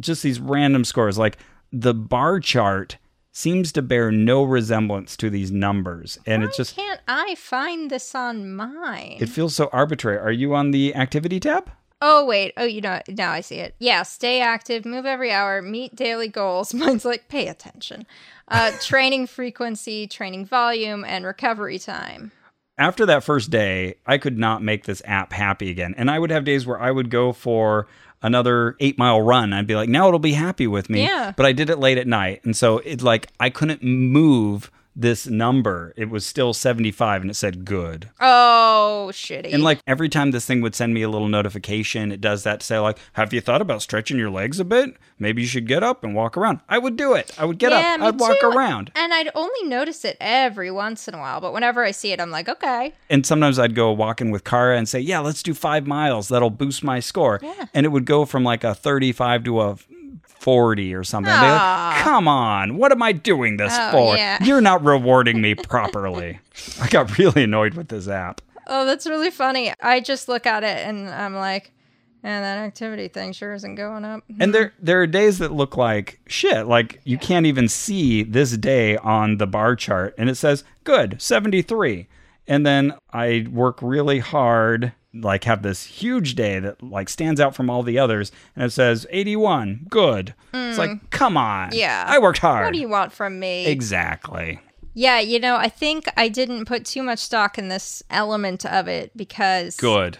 A: just these random scores like the bar chart seems to bear no resemblance to these numbers. And it's just,
B: Can't I find this on mine?
A: it feels so arbitrary. Are you on the activity tab?
B: oh wait. Oh, you know now I see it. Yeah, stay active, move every hour, meet daily goals. Mine's like pay attention. Uh, training frequency, training volume, and recovery time.
A: after that first day, I could not make this app happy again. And I would have days where I would go for another eight mile run. I'd be like, now it'll be happy with me.
B: Yeah.
A: But I did it late at night. And so it like, I couldn't move this number. It was still 75 and it said good.
B: Oh, shitty.
A: And like every time this thing would send me a little notification, it does that to say like, have you thought about stretching your legs a bit? Maybe you should get up and walk around. I would do it. I would get
B: Yeah,
A: up.
B: me
A: I'd walk
B: too.
A: around.
B: and I'd only notice it every once in a while, but whenever I see it, I'm like, okay.
A: and sometimes I'd go walking with Kara and say, "Yeah, let's do five miles. That'll boost my score." And it would go from like a thirty-five to a forty or something. I'd be like, Come on, what am I doing this
B: Oh,
A: for?
B: yeah.
A: You're not rewarding me properly. I got really annoyed with this app.
B: Oh, that's really funny. I just look at it and I'm like, and that activity thing sure isn't going up.
A: And there, there are days that look like shit. Like you can't even see this day on the bar chart, and it says good seventy three. And then I work really hard, like have this huge day that like stands out from all the others, and it says eighty one, good. It's like come on,
B: Hmm. Yeah.
A: I worked hard.
B: What do you want from me?
A: exactly?
B: yeah, you know, I think I didn't put too much stock in this element of it because
A: Good.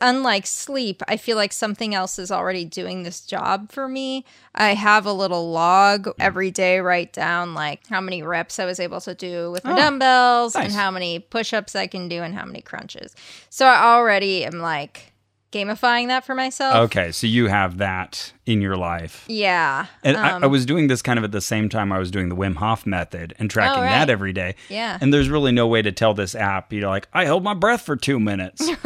B: unlike sleep, I feel like something else is already doing this job for me. I have a little log every day, write down like how many reps I was able to do with my dumbbells and
A: Oh, nice.
B: how many push ups I can do and how many crunches. So I already am like gamifying that for myself.
A: okay, so you have that in your life.
B: Yeah.
A: And I, I
B: Um,
A: was doing this kind of at the same time I was doing the Wim Hof method and tracking
B: Oh, right.
A: that every day.
B: Yeah.
A: And there's really no way to tell this app, you know, like, I held my breath for two minutes,
B: you should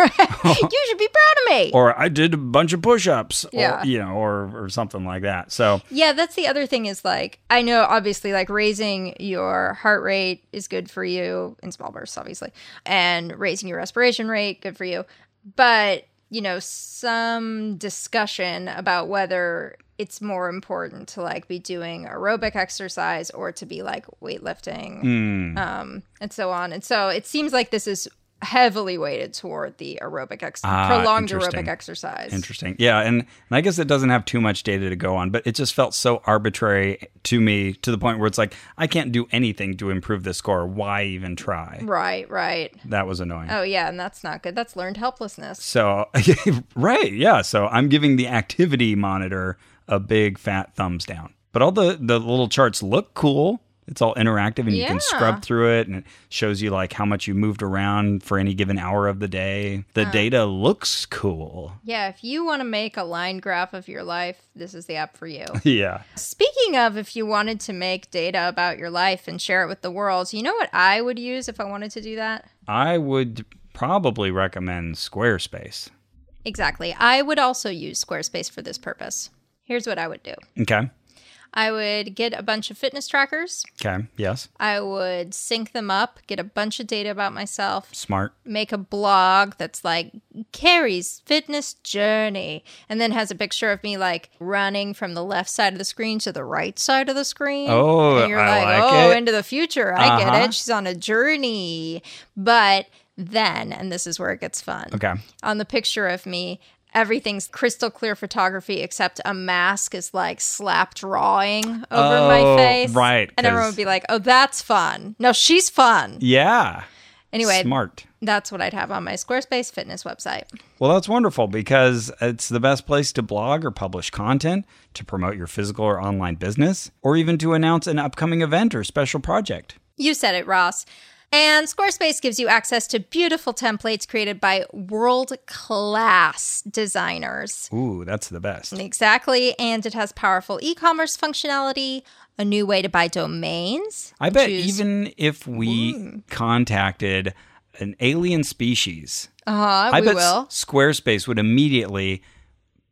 B: be proud of me.
A: or I did a bunch of push ups,
B: Yeah.
A: or, you know, or, or something like that. So,
B: Yeah, that's the other thing is like, I know obviously, like raising your heart rate is good for you in small bursts, obviously, and raising your respiration rate, good for you. But, you know, some discussion about whether it's more important to like be doing aerobic exercise or to be like weightlifting
A: Hmm.
B: um, and so on. And so it seems like this is heavily weighted toward the aerobic ex-
A: Ah,
B: prolonged
A: interesting.
B: aerobic exercise.
A: interesting. Yeah. And, and I guess it doesn't have too much data to go on, but it just felt so arbitrary to me to the point where it's like, I can't do anything to improve this score. Why even try?
B: Right, right.
A: That was annoying.
B: Oh yeah, and that's not good. That's learned helplessness.
A: So, right, yeah. So I'm giving the activity monitor a big fat thumbs down. But all the the little charts look cool. It's all interactive, and you
B: Yeah.
A: can scrub through it, and it shows you like how much you moved around for any given hour of the day.
B: Uh-huh.
A: The data looks cool.
B: Yeah, if you want to make a line graph of your life, this is the app for you.
A: Yeah.
B: Speaking of, if you wanted to make data about your life and share it with the world, you know what I would use if I wanted to do that?
A: I would probably recommend Squarespace.
B: Exactly. I would also use Squarespace for this purpose. Here's what I would do
A: Okay.
B: I would get a bunch of fitness trackers,
A: Okay. Yes.
B: I would sync them up, get a bunch of data about myself,
A: Smart.
B: make a blog that's like Carrie's fitness journey and then has a picture of me like running from the left side of the screen to the right side of the screen.
A: Oh,
B: and you're
A: I
B: like,
A: like
B: oh,
A: it."
B: into the future. I
A: Uh-huh.
B: get it. She's on a journey. But then, and this is where it gets fun.
A: Okay.
B: On the picture of me, everything's crystal clear photography except a mask is like slapped drawing over
A: Oh,
B: my face.
A: right,
B: And everyone
A: 'cause-
B: would be like, oh, that's fun. No, she's fun.
A: Yeah.
B: Anyway,
A: Smart.
B: that's what I'd have on my Squarespace fitness website.
A: Well, that's wonderful because it's the best place to blog or publish content, to promote your physical or online business, or even to announce an upcoming event or special project.
B: You said it, Ross. And Squarespace gives you access to beautiful templates created by world class designers.
A: Ooh, that's the best.
B: Exactly. And it has powerful e commerce functionality, a new way to buy domains.
A: I bet
B: Choose-
A: even if we contacted an alien species,
B: Uh,
A: I
B: we
A: bet
B: will.
A: Squarespace would immediately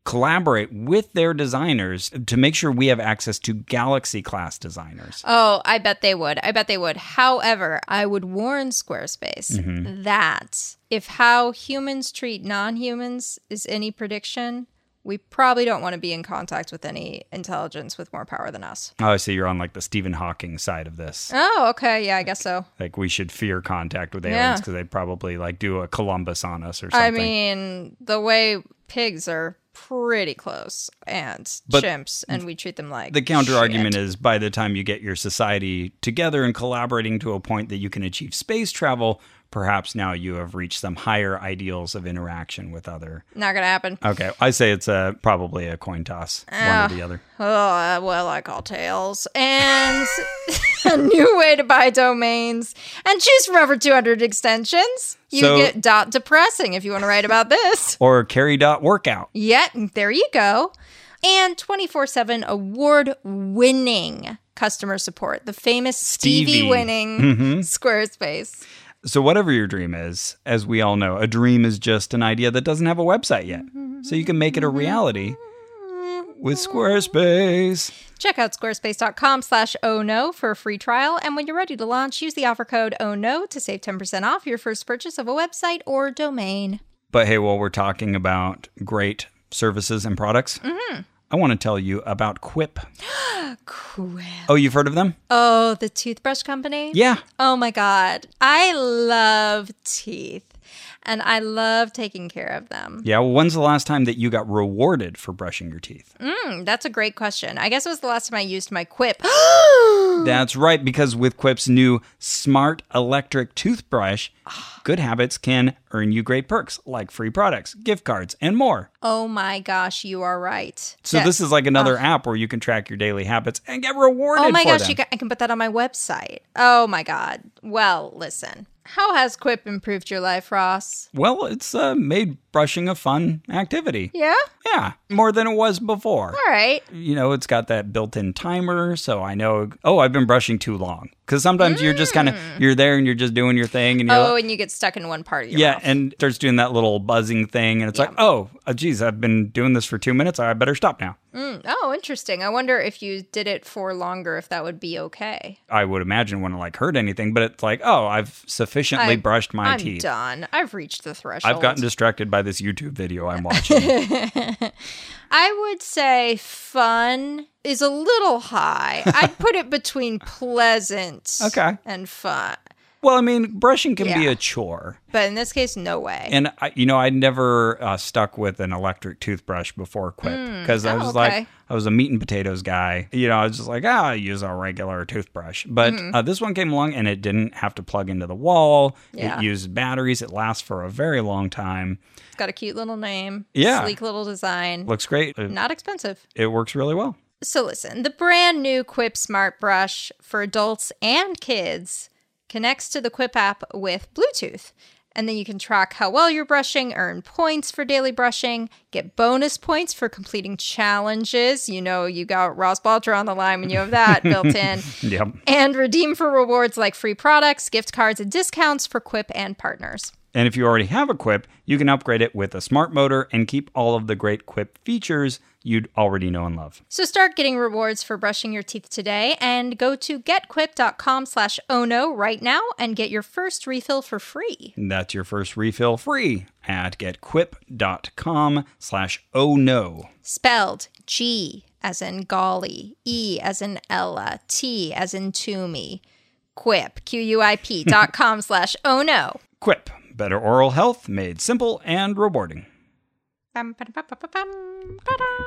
A: collaborate with their designers to make sure we have access to galaxy class designers.
B: Oh, I bet they would. I bet they would. However, I would warn Squarespace
A: Mm-hmm.
B: that if how humans treat non humans is any prediction, we probably don't want to be in contact with any intelligence with more power than us.
A: Oh, I see you're on like the Stephen Hawking side of this.
B: Oh, okay. Yeah, I guess so.
A: Like we should fear contact with
B: Yeah.
A: aliens because they'd probably like do a Columbus on us or something.
B: I mean, the way pigs are pretty close and
A: But
B: chimps, and we treat them like
A: the counter argument is by the time you get your society together and collaborating to a point that you can achieve space travel, perhaps now you have reached some higher ideals of interaction with other.
B: not gonna happen.
A: Okay, I say it's a probably a coin toss, one or the other.
B: Oh, uh, well, I call tails. And a new way to buy domains and choose from over 200 extensions. You
A: So-
B: get dot depressing if you want to write about this.
A: Or carry dot workout.
B: Yeah, there you go. And 24 7 award winning customer support, the famous Stevie,
A: Stevie.
B: winning Squarespace.
A: So, whatever your dream is, as we all know, a dream is just an idea that doesn't have a website yet. So, you can make it a reality with Squarespace.
B: Check out squarespace.com slash oh no for a free trial. And when you're ready to launch, use the offer code oh no to save 10% off your first purchase of a website or domain.
A: But hey, while we're talking about great services and products, I want to tell you about Quip.
B: Cool.
A: Oh, you've heard of them?
B: Oh, the toothbrush company?
A: Yeah.
B: Oh my God. I love teeth and I love taking care of them.
A: Yeah. Well, when's the last time that you got rewarded for brushing your teeth?
B: Hmm, that's a great question. I guess it was the last time I used my quip.
A: That's right, because with Quip's new smart electric toothbrush,
B: Ah.
A: good habits can earn you great perks like free products, gift cards, and more.
B: oh my gosh, you are right.
A: So
B: That-
A: this is like another app where you can track your daily habits and get rewarded.
B: Ah. Oh my
A: for
B: gosh,
A: them.
B: you ca- I can put that on my website. Oh my God. Well, listen. How has Quip improved your life, Ross?
A: well, it's uh, made brushing a fun activity.
B: Yeah?
A: Yeah, more than it was before.
B: All right.
A: You know, it's got that built-in timer, so I know. Oh, I've been brushing too long because sometimes you're just kind of you're there and you're just doing your thing, and you're
B: Mm. Oh,
A: like-
B: and you get stuck in one part of your
A: yeah,
B: mouth.
A: and it starts doing that little buzzing thing, and it's like, oh, uh, geez, I've been doing this for two minutes. I better stop now.
B: oh, interesting. I wonder if you did it for longer, if that would be okay.
A: I would imagine wouldn't like hurt anything, but it's like, oh, I've sufficiently
B: I-
A: brushed my
B: I'm
A: teeth.
B: done. I've reached the threshold.
A: I've gotten distracted by this YouTube video I'm watching.
B: I would say fun is a little high. I'd put it between pleasant
A: Okay.
B: and fun.
A: Well, I mean, brushing can be
B: Yeah.
A: a chore.
B: But in this case, no way.
A: And, I, you know, I never uh, stuck with an electric toothbrush before Quip because I
B: Oh,
A: was
B: okay.
A: like, I was a meat and potatoes guy. You know, I was just like, ah, I use a regular toothbrush. But
B: Mm-hmm.
A: uh, this one came along and it didn't have to plug into the wall.
B: Yeah.
A: It used batteries. It lasts for a very long time.
B: it's got a cute little name.
A: Yeah.
B: Sleek little design.
A: Looks great. It,
B: Not expensive.
A: it works really well.
B: So listen, the brand new Quip Smart Brush for adults and kids connects to the Quip app with Bluetooth. And then you can track how well you're brushing, earn points for daily brushing, get bonus points for completing challenges. You know, you got Ross Balter on the line when you have that built in.
A: Yep.
B: And redeem for rewards like free products, gift cards, and discounts for Quip and partners.
A: And if you already have a Quip, you can upgrade it with a smart motor and keep all of the great Quip features you'd already know and love.
B: So start getting rewards for brushing your teeth today and go to getquip.com slash ono right now and get your first refill for free.
A: And That's your first refill free at getquip.com slash oh no.
B: Spelled G as in golly, E as in Ella, T as in Toomey, quip, Q-U-I-P dot com slash ono.
A: Quip, better oral health made simple and rewarding.
B: Bum, ba-da, ba-ba, ba-bum, ba-da.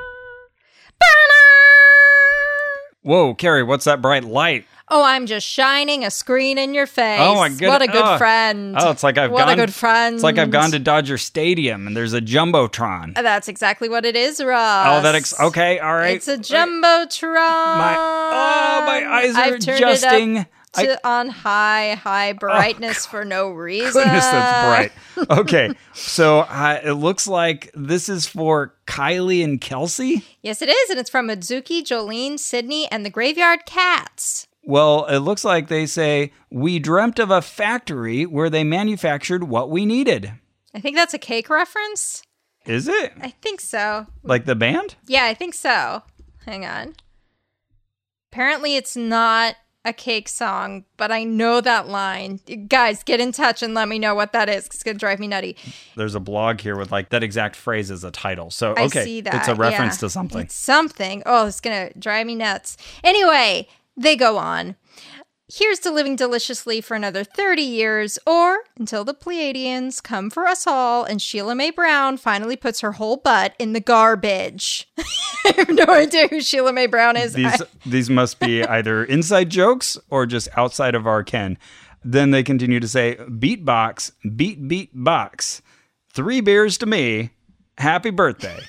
A: Whoa, Carrie, what's that bright light?
B: Oh, I'm just shining a screen in your face.
A: Oh my goodness.
B: What a good friend.
A: Oh, it's like I've
B: what
A: gone
B: a good friend.
A: It's like I've gone to Dodger Stadium and there's a jumbotron.
B: Uh, That's exactly what it is, Ross.
A: oh, that ex- okay, all right.
B: It's a jumbotron.
A: my oh, my eyes are
B: I've turned
A: adjusting.
B: It up
A: I- Oh,
B: to on high, high brightness for no reason.
A: Goodness, that's bright. Okay, so uh, it looks like this is for Kylie and Kelsey.
B: Yes, it is, and it's from Azuki, Jolene, Sydney, and the Graveyard Cats.
A: Well, it looks like they say, We dreamt of a factory where they manufactured what we needed.
B: I think that's a cake reference.
A: Is it?
B: I think so.
A: Like the band?
B: Yeah, I think so. Hang on. Apparently, it's not a cake song, but I know that line. Guys, get in touch and let me know what that is. 'cause It's gonna drive me nutty.
A: There's a blog here with like that exact phrase as a title. So okay,
B: I see that.
A: it's a reference
B: yeah.
A: to something.
B: It's something. Oh, it's gonna drive me nuts. Anyway, they go on. Here's to living deliciously for another 30 years, or until the Pleiadians come for us all and Sheila Mae Brown finally puts her whole butt in the garbage. I have no idea who Sheila Mae Brown is.
A: These these must be either inside jokes or just outside of our ken. Then they continue to say beatbox, beat beat box, three beers to me, happy birthday.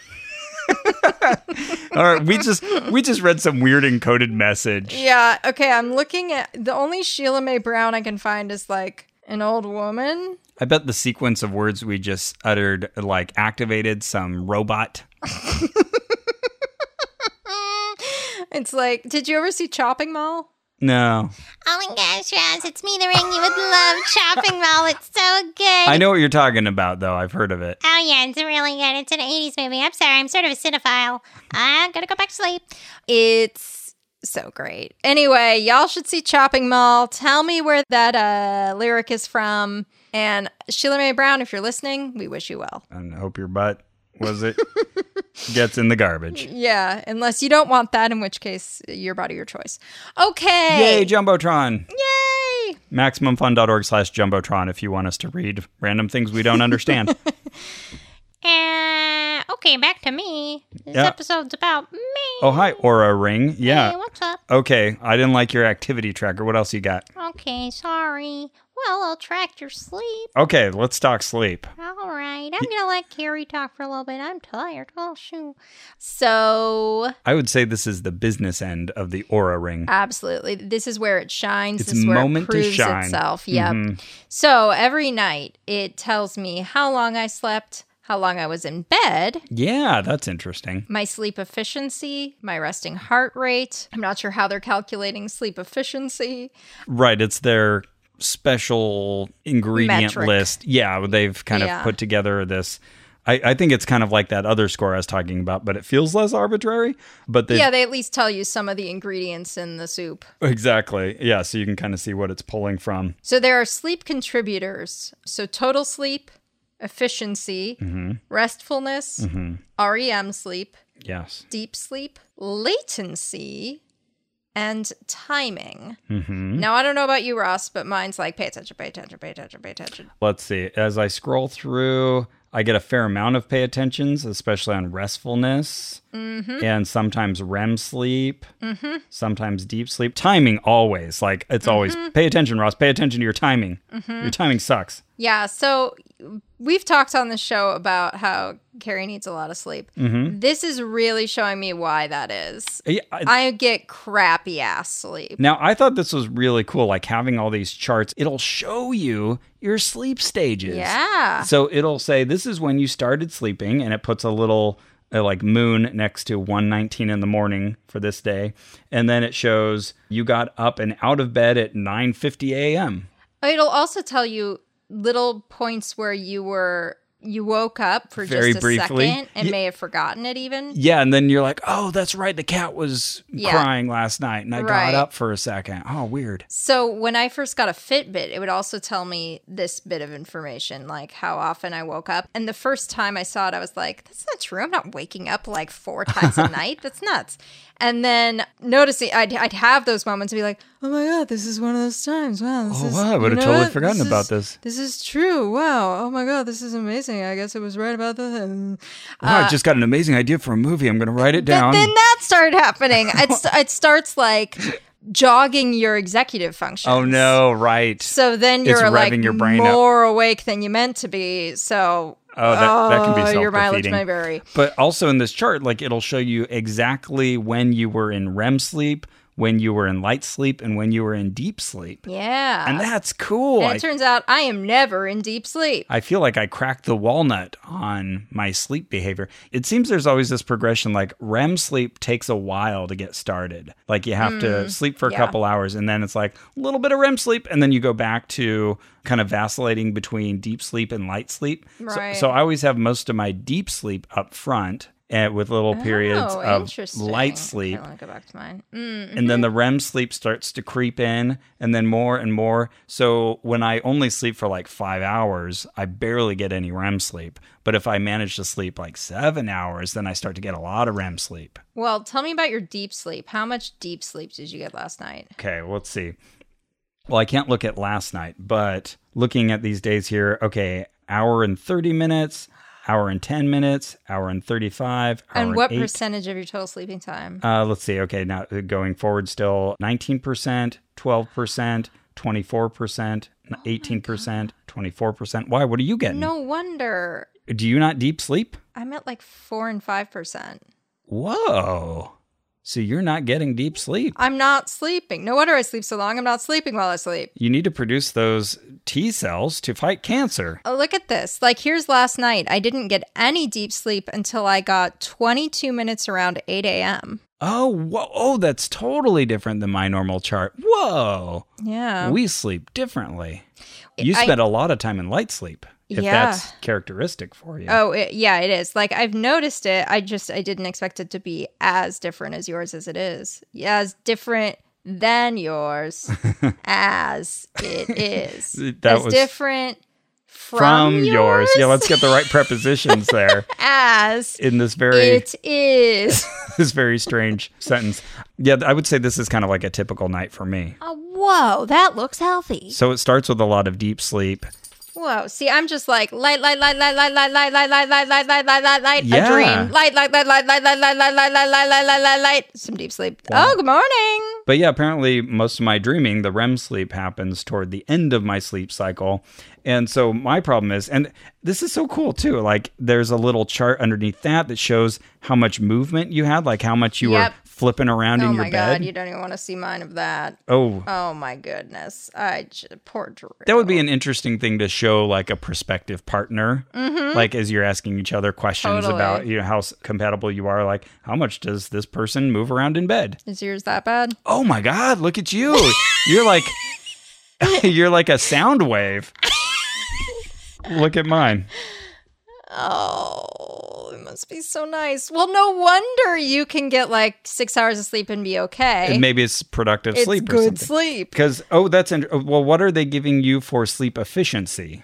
A: All right, we just we just read some weird encoded message.
B: Yeah. Okay. I'm looking at the only Sheila Mae Brown I can find is like an old woman.
A: I bet the sequence of words we just uttered like activated some robot.
B: It's like, did you ever see Chopping Mall?
A: No.
C: All in guys, rounds, it's me, the ring you would love. Chopping Mall, it's so good.
A: I know what you're talking about though. I've heard of it.
C: Oh yeah, it's really good. It's an '80s movie. I'm sorry, I'm sort of a cinephile. I'm gonna go back to sleep.
B: It's so great. Anyway, y'all should see Chopping Mall. Tell me where that uh, lyric is from. And Sheila Mae Brown, if you're listening, we wish you well.
A: and hope your butt was it gets in the garbage.
B: Yeah, unless you don't want that, in which case, your body, your choice. Okay.
A: Yay, Jumbotron.
B: Yay!
A: MaximumFun.org slash Jumbotron if you want us to read random things we don't understand.
C: Uh, okay, back to me. This
A: Yeah.
C: episode's about me.
A: oh, hi, Aura Ring.
C: Hey,
A: Yeah.
C: what's up?
A: Okay, I didn't like your activity tracker. What else you got?
C: Okay, sorry. Well, I'll track your sleep.
A: Okay, let's talk sleep.
C: All right, I'm gonna let Carrie talk for a little bit. I'm tired. Oh shoot.
B: So,
A: I would say this is the business end of the Aura
B: Uh,
A: Ring.
B: Absolutely. This is where it shines.
A: It's
B: this is where
A: moment
B: it
A: to
B: proves
A: shine. Mm-hmm.
B: itself. Yep. So every night it tells me how long I slept, how long I was in bed,
A: Yeah, that's interesting.
B: my sleep efficiency, my resting heart rate. I'm not sure how they're calculating sleep efficiency.
A: Right, it's their special ingredient
B: Metric.
A: list. Yeah, they've kind
B: Yeah.
A: of put together this. I, I think it's kind of like that other score I was talking about, but it feels less arbitrary. But they
B: yeah, they at least tell you some of the ingredients in the soup.
A: Exactly. Yeah. So you can kind of see what it's pulling from.
B: So there are sleep contributors. So total sleep, efficiency, restfulness, REM sleep,
A: Yes.
B: deep sleep, latency, and timing. Now, I don't know about you, Ross, but mine's like pay attention, pay attention, pay attention, pay attention.
A: Let's see. As I scroll through, I get a fair amount of pay attentions, especially on restfulness
B: Mm-hmm.
A: and sometimes REM sleep, sometimes deep sleep. Timing always. Like it's always
B: Mm-hmm.
A: pay attention, Ross. Pay attention to your timing. Your timing sucks.
B: Yeah, so we've talked on the show about how Carrie needs a lot of sleep.
A: Mm-hmm.
B: This is really showing me why that is.
A: Yeah, I-
B: I get crappy ass sleep.
A: Now, I thought this was really cool, like having all these charts. It'll show you your sleep stages.
B: Yeah.
A: So it'll say, this is when you started sleeping, and it puts a little uh, like moon next to 119 in the morning for this day. And then it shows you got up and out of bed at 9.50 a.m.
B: It'll also tell you little points where you were. You woke up for
A: Very
B: just a
A: briefly.
B: second and
A: Ye-
B: may have forgotten it even.
A: Yeah, and then you're like, oh, that's right. The cat was
B: Yeah.
A: crying last night, and I
B: Right.
A: got up for a second. Oh, weird.
B: So when I first got a Fitbit, it would also tell me this bit of information, like how often I woke up. And the first time I saw it, I was like, that's not true. I'm not waking up like four times a night. That's nuts. And then noticing, I'd, I'd have those moments and be like, oh my God, this is one of those times. Wow. This
A: Oh,
B: is,
A: wow, I would have
B: you know
A: totally
B: what?
A: forgotten
B: This
A: about
B: is-
A: this.
B: This is true. Wow. Oh my God, this is amazing. I guess I was right about the.
A: Wow, I just got an amazing idea for a movie. I'm going to write it
B: Uh, But
A: down.
B: then that started happening. It's, it starts like jogging your executive function.
A: oh, no, right.
B: So then
A: It's
B: you're like
A: revving your brain up.
B: more awake than you meant to be. So
A: Oh, that- that can be
B: oh, your mileage
A: self-defeating.
B: may vary.
A: But also in this chart, like it'll show you exactly when you were in REM sleep, when you were in light sleep, and when you were in deep sleep.
B: Yeah,
A: And that's cool.
B: And
A: I,
B: it turns out I am never in deep sleep.
A: I feel like I cracked the walnut on my sleep behavior. It seems there's always this progression like REM sleep takes a while to get started. Like you have to sleep for a
B: Mm, yeah.
A: couple hours and then it's like a little bit of REM sleep and then you go back to kind of vacillating between deep sleep and light sleep. So-
B: Right.
A: so I always have most of my deep sleep up front uh, with little periods
B: oh,
A: of
B: interesting.
A: light
B: Okay,
A: sleep.
B: I want to go back to mine. Mm,
A: and then the REM sleep starts to creep in and then more and more. So when I only sleep for like 5 hours, I barely get any REM sleep. But if I manage to sleep like 7 hours, then I start to get a lot of REM sleep.
B: Well, tell me about your deep sleep. How much deep sleep did you get last night?
A: Okay, well, let's see. Well, I can't look at last night, but looking at these days here, okay, hour and 30 minutes, hour and 10 minutes, hour and 35, hour
B: and what
A: eight.
B: percentage of your total sleeping time?
A: Uh, let's see. Okay, now uh, going forward, still 19%, 12%, 24%, 18%, 24%. Why? What are you getting?
B: Oh no wonder.
A: Do you not deep sleep?
B: I'm at like four and five percent.
A: Whoa. So you're not getting deep sleep.
B: I'm not sleeping. No wonder I sleep so long. I'm not sleeping while I sleep.
A: You need to produce those T cells to fight cancer.
B: Oh, look at this. Like, here's last night. I didn't get any deep sleep until I got 22 minutes around 8 a.m.
A: Oh, whoa. Oh, that's totally different than my normal chart. Whoa.
B: Yeah.
A: we sleep differently. You
B: Oh. I-
A: spend a lot of time in light sleep, if
B: Yeah.
A: that's characteristic for you.
B: oh, it, yeah, it is. Like, I've noticed it. I just, I didn't expect it to be as different as yours as it is. As different than yours as it is.
A: That
B: as
A: was-
B: different from,
A: from yours. Yeah,
B: yours
A: let's get the right prepositions there
B: as
A: in this very
B: it is.
A: this very strange sentence. Yeah, I would say this is kind of like a typical night for me.
B: Oh, whoa, that looks healthy.
A: So it starts with a lot of deep sleep.
B: Whoa! See, I'm just like light, light, light, light, light, light, light, light, light, light, light, light, light, light. A
A: Yeah.
B: dream. Light, light, light, light, light, light, light, light, light, light, light, light, light, light, light. Some deep sleep. Oh, good morning.
A: But yeah, apparently most of my dreaming, the REM sleep happens toward the end of my sleep cycle. And so my problem is and this is so cool too. Like there's a little chart underneath that that shows how much movement you had, like how much you
B: Yep.
A: were flipping around
B: Oh
A: in your
B: my
A: bed.
B: god, you don't even want to see mine of that.
A: oh,
B: Oh my goodness. I j- poor Drew.
A: That would be an interesting thing to show, like a prospective partner, like as you're asking each other questions
B: Mm-hmm. Totally.
A: about you know how s- compatible you are. Like, how much does this person move around in bed?
B: Is yours that bad?
A: Oh my God, look at you! you're like, you're like a sound wave. look at mine.
B: Oh, it must be so nice. Well, no wonder you can get like six hours of sleep and be okay.
A: And maybe it's productive
B: it's
A: sleep or
B: good
A: something.
B: sleep.
A: Because oh, that's in- oh, well. What are they giving you for sleep efficiency?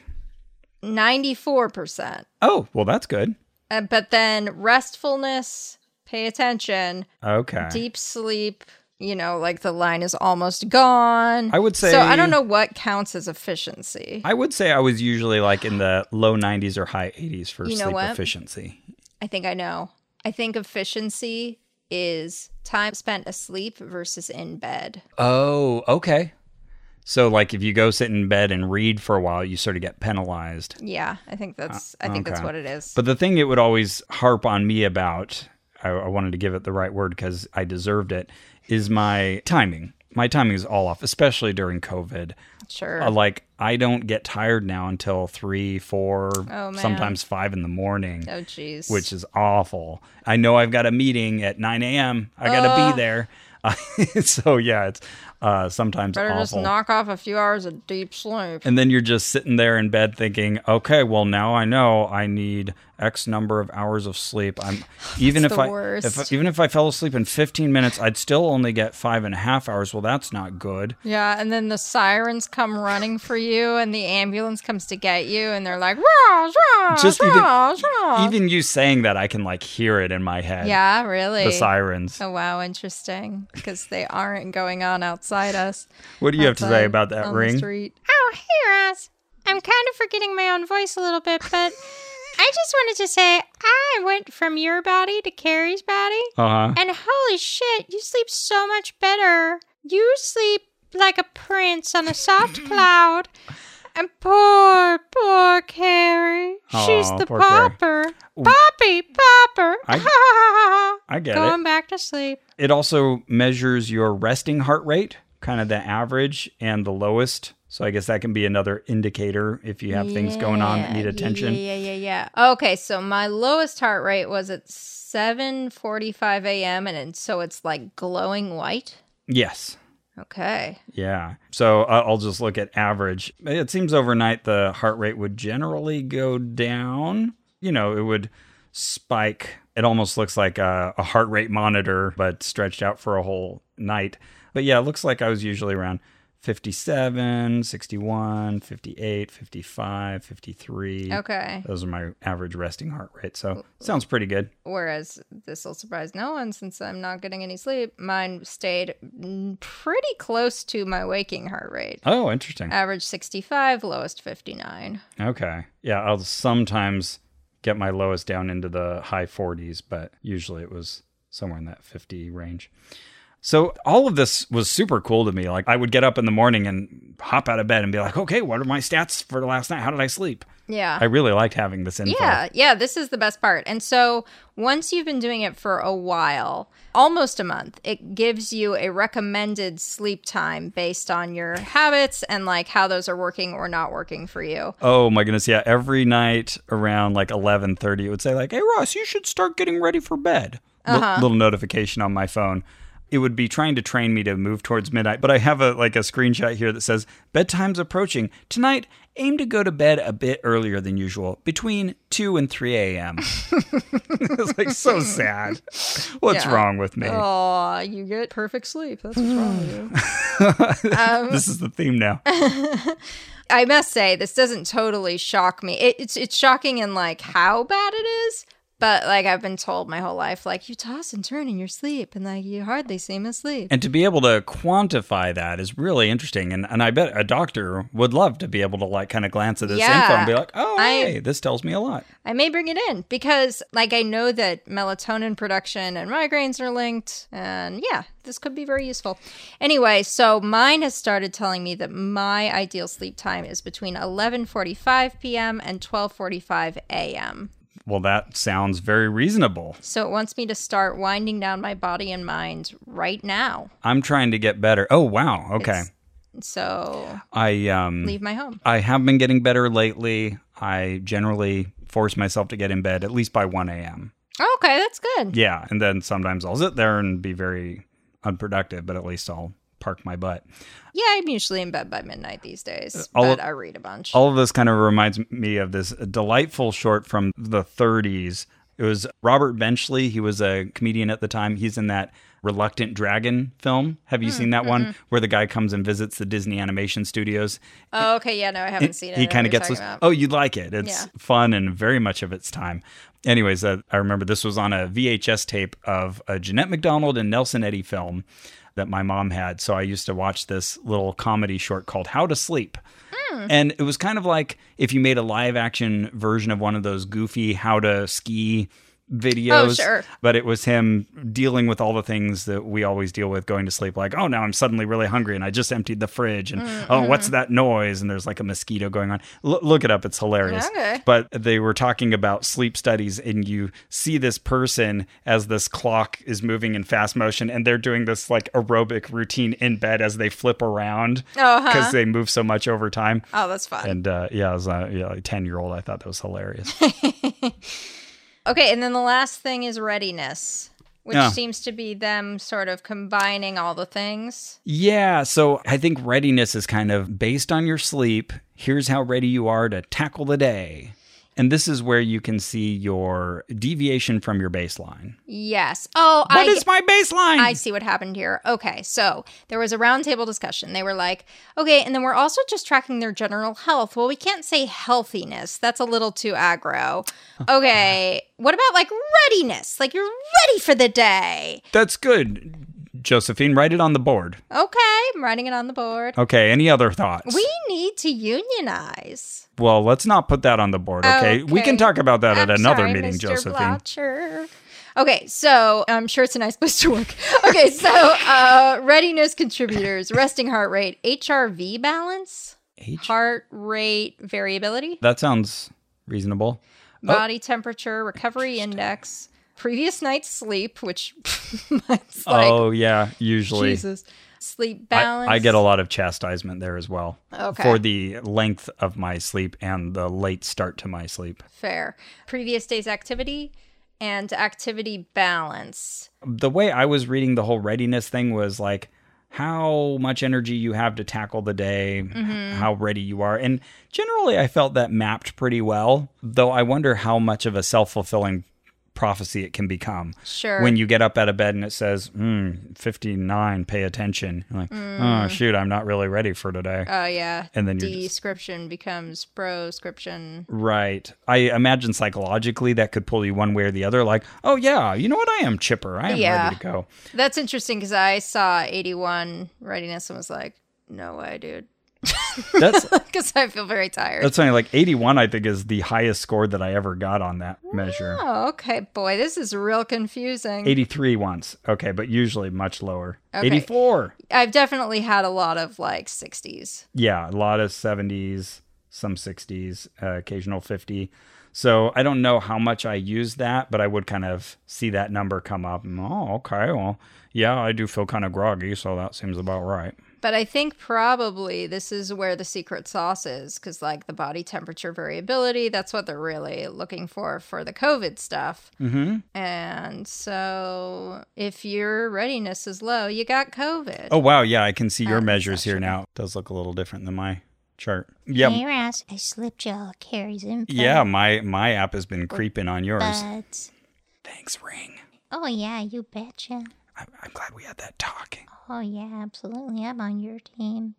B: Ninety-four percent.
A: Oh, well, that's good.
B: Uh, but then restfulness, pay attention,
A: Okay.
B: deep sleep, you know, like the line is almost gone.
A: I would say-
B: So I don't know what counts as efficiency. I,
A: I would say I was usually like in the low 90s or high 80s for
B: You know
A: sleep
B: what?
A: efficiency.
B: think I know. I think efficiency is time spent asleep versus in bed.
A: Oh, okay. So like if you go sit in bed and read for a while, you sort of get penalized.
B: Yeah, I think that's I think that's
A: Uh, okay.
B: what it is.
A: But the thing it would always harp on me about, I, I wanted to give it the right word because I deserved it, is my timing. My timing is all off, especially during COVID.
B: sure.
A: Uh, like I don't get tired now until three, four,
B: Oh, man.
A: sometimes five in the morning.
B: oh jeez.
A: which is awful. I know I've got a meeting at 9 a.m. I got to be there. so yeah, it's uh, sometimes
B: better just
A: awful.
B: knock off a few hours of deep sleep.
A: and then you're just sitting there in bed thinking, okay, well now I know I need X number of hours of sleep. I'm even if
B: the
A: I
B: worst.
A: if even if I fell asleep in 15 minutes, I'd still only get five and a half hours. Well, that's not good.
B: Yeah, and then the sirens come running for you, and the ambulance comes to get you, and they're like, "Roz, Roz,
A: Just even-
B: Roz, Roz."
A: Even you saying that, I can like hear it in my head.
B: yeah, really.
A: the sirens.
B: Oh wow, interesting. Because they aren't going on outside us.
A: What do you have to say
B: outside
A: about that
B: on the
A: ring?
B: street.
C: Oh, hey, Roz. I'm kind of forgetting my own voice a little bit, but I just wanted to say I went from your body to Carrie's body,
A: Uh huh.
C: and holy shit, you sleep so much better. You sleep like a prince on a soft cloud. And poor, poor Carrie. She's
A: Aw,
C: the
A: poor Carrie.
C: pauper. Poppy, pauper.
A: I get it.
C: Going back to sleep.
A: It also measures your resting heart rate, kind of the average and the lowest. So I guess that can be another indicator if you have things going on that need
B: Yeah,
A: attention.
B: Yeah, yeah, yeah, yeah. Okay, so my lowest heart rate was at seven forty-five a.m., and it- so it's like glowing white.
A: Yes.
B: Okay.
A: Yeah. So I- I'll just look at average. It seems overnight the heart rate would generally go down. You know, it would spike It almost looks like a, a heart rate monitor, but stretched out for a whole night. But yeah, it looks like I was usually around 57, 61, 58, 55, 53.
B: Okay.
A: Those are my average resting heart rate. So sounds pretty good.
B: Whereas this will surprise no one since I'm not getting any sleep. Mine stayed mm, pretty close to my waking heart rate.
A: Oh, interesting.
B: Average 65, lowest 59.
A: Okay. Yeah, I'll sometimes get my lowest down into the high 40s, but usually it was somewhere in that 50 range. So all of this was super cool to me. Like I would get up in the morning and hop out of bed and be like, "Okay, what are my stats for last night? How did I sleep?"
B: Yeah.
A: I really liked having this info.
B: Yeah, yeah, this is the best part. And so once you've been doing it for a while, almost a month, it gives you a recommended sleep time based on your habits and like how those are working or not working for you.
A: Oh my goodness, yeah. Every night around like 11:30, it would say like, "Hey Ross, you should start getting ready for bed." L- little notification on my phone. It would be trying to train me to move towards midnight, but I have a like a screenshot here that says bedtime's approaching. Tonight, aim to go to bed a bit earlier than usual, between 2 and 3 a.m. it's like so sad. What's
B: Yeah.
A: wrong with me?
B: Oh, you get perfect sleep. That's what's wrong with you.
A: this is the theme now.
B: I must say, this doesn't totally shock me. It, it's it's shocking in like how bad it is, but like I've been told my whole life, like you toss and turn in your sleep, and like you hardly seem asleep.
A: And to be able to quantify that is really interesting. And, and I bet a doctor would love to be able to like kind of glance at this
B: Yeah.
A: info and be like, oh,
B: I-
A: hey, this tells me a lot.
B: I may bring it in because, like, I know that melatonin production and migraines are linked. And yeah, this could be very useful. Anyway, so mine has started telling me that my ideal sleep time is between 11:45 p.m. and 12:45 a.m.
A: Well, that sounds very reasonable.
B: So it wants me to start winding down my body and mind right now.
A: I'm trying to get better. Oh, wow. Okay.
B: It's- So
A: I um
B: leave my home.
A: I have been getting better lately. I generally force myself to get in bed at least by 1 a.m.
B: Okay, that's good.
A: Yeah, and then sometimes I'll sit there and be very unproductive, but at least I'll park my butt.
B: Yeah, I'm usually in bed by midnight these days,
A: I'll-
B: but I read a bunch.
A: All of this kind of reminds me of this delightful short from the 30s. It was Robert Benchley. He was a comedian at the time. He's in that Reluctant Dragon film. Have you seen that one where the guy comes and visits the Disney animation studios?
B: oh, okay, yeah, no, I haven't seen it.
A: He
B: I know
A: kind
B: what
A: of gets
B: you're
A: this.
B: talking about.
A: Oh, you'd like it. It's
B: Yeah.
A: fun and very much of its time. Anyways, uh, I remember this was on a VHS tape of a Jeanette McDonald and Nelson Eddy film that my mom had. So I used to watch this little comedy short called How to Sleep.
B: Hmm.
A: And it was kind of like if you made a live action version of one of those goofy how to ski videos.
B: Oh, sure.
A: But it was him dealing with all the things that we always deal with going to sleep, like, oh, now I'm suddenly really hungry and I just emptied the fridge and
B: Mm,
A: oh, what's that noise? And there's like a mosquito going on. L- look it up, it's hilarious.
B: Okay.
A: But they were talking about sleep studies, and you see this person as this clock is moving in fast motion and they're doing this like aerobic routine in bed as they flip around
B: Uh-huh.
A: because they move so much over time.
B: Oh, that's fun.
A: And uh, yeah, as a yeah, like ten year old, I thought that was hilarious.
B: Okay, and then the last thing is readiness, which
A: Yeah.
B: seems to be them sort of combining all the things.
A: yeah, so I think readiness is kind of based on your sleep. Here's how ready you are to tackle the day, and this is where you can see your deviation from your baseline.
B: Yes. Oh,
A: What
B: I
A: is my baseline?
B: I see what happened here. Okay, so there was a roundtable discussion. They were like, okay, and then we're also just tracking their general health. Well, we can't say healthiness. That's a little too aggro. Okay, what about like readiness? Like you're ready for the day.
A: That's good, Josephine. Write it on the board.
B: Okay, I'm writing it on the board.
A: Okay. Any other thoughts?
B: We need to unionize.
A: well, let's not put that on the board. Okay. We
B: Okay.
A: can talk about that at
B: I'm
A: another
B: sorry,
A: meeting,
B: Mr.
A: Josephine.
B: Blotcher. Okay, so I'm sure it's a nice place to work. Okay, so uh, readiness contributors, resting heart rate, HRV balance,
A: H-
B: heart rate variability,
A: that sounds reasonable.
B: body temperature, recovery index, previous night's sleep, which mine's like
A: oh yeah, usually.
B: Jesus, sleep
A: I-
B: balance.
A: I, get a lot of chastisement there as well
B: Okay.
A: for the length of my sleep and the late start to my sleep.
B: fair previous day's activity and activity balance.
A: The way I was reading the whole readiness thing was like how much energy you have to tackle the day,
B: Mm-hmm.
A: how ready you are. And generally, I felt that mapped pretty well, though I wonder how much of a self fulfilling prophecy it can become.
B: Sure.
A: When you get up out of bed and it says, mm, 59, pay attention. You're like,
B: Mm.
A: oh, shoot, I'm not really ready for today.
B: Oh yeah.
A: And then you're just-
B: description becomes proscription.
A: Right. I imagine psychologically that could pull you one way or the other. Like, oh, yeah, you know what? I am chipper. I am
B: Yeah.
A: ready to go.
B: That's interesting because I saw 81 readiness and was like, no way, dude.
A: That's
B: Because I feel very tired.
A: that's funny. Like 81, I think, is the highest score that I ever got on that measure.
B: Oh, okay, boy, this is real confusing.
A: 83 once. Okay, but usually much lower.
B: Okay.
A: 84.
B: I've definitely had a lot of like 60s.
A: Yeah, a lot of 70s, some 60s, uh, occasional 50. So I don't know how much I use that, but I would kind of see that number come up. And, oh, okay. Well, yeah, I do feel kind of groggy, so that seems about right.
B: But I think probably this is where the secret sauce is because, like, the body temperature variability, that's what they're really looking for for the COVID stuff.
A: Mm-hmm.
B: And so if your readiness is low, you got COVID.
A: Oh wow, yeah, I can see your
B: Um,
A: measures here
B: session.
A: now. does look a little different than my chart. Yeah,
D: Your ass, I slipped y'all Carrie's info.
A: yeah, my my app has been creeping on yours.
D: But,
A: Thanks, Ring.
D: oh yeah, you betcha.
A: I, I'm glad we had that talk.
D: Oh yeah, absolutely. I'm on your team.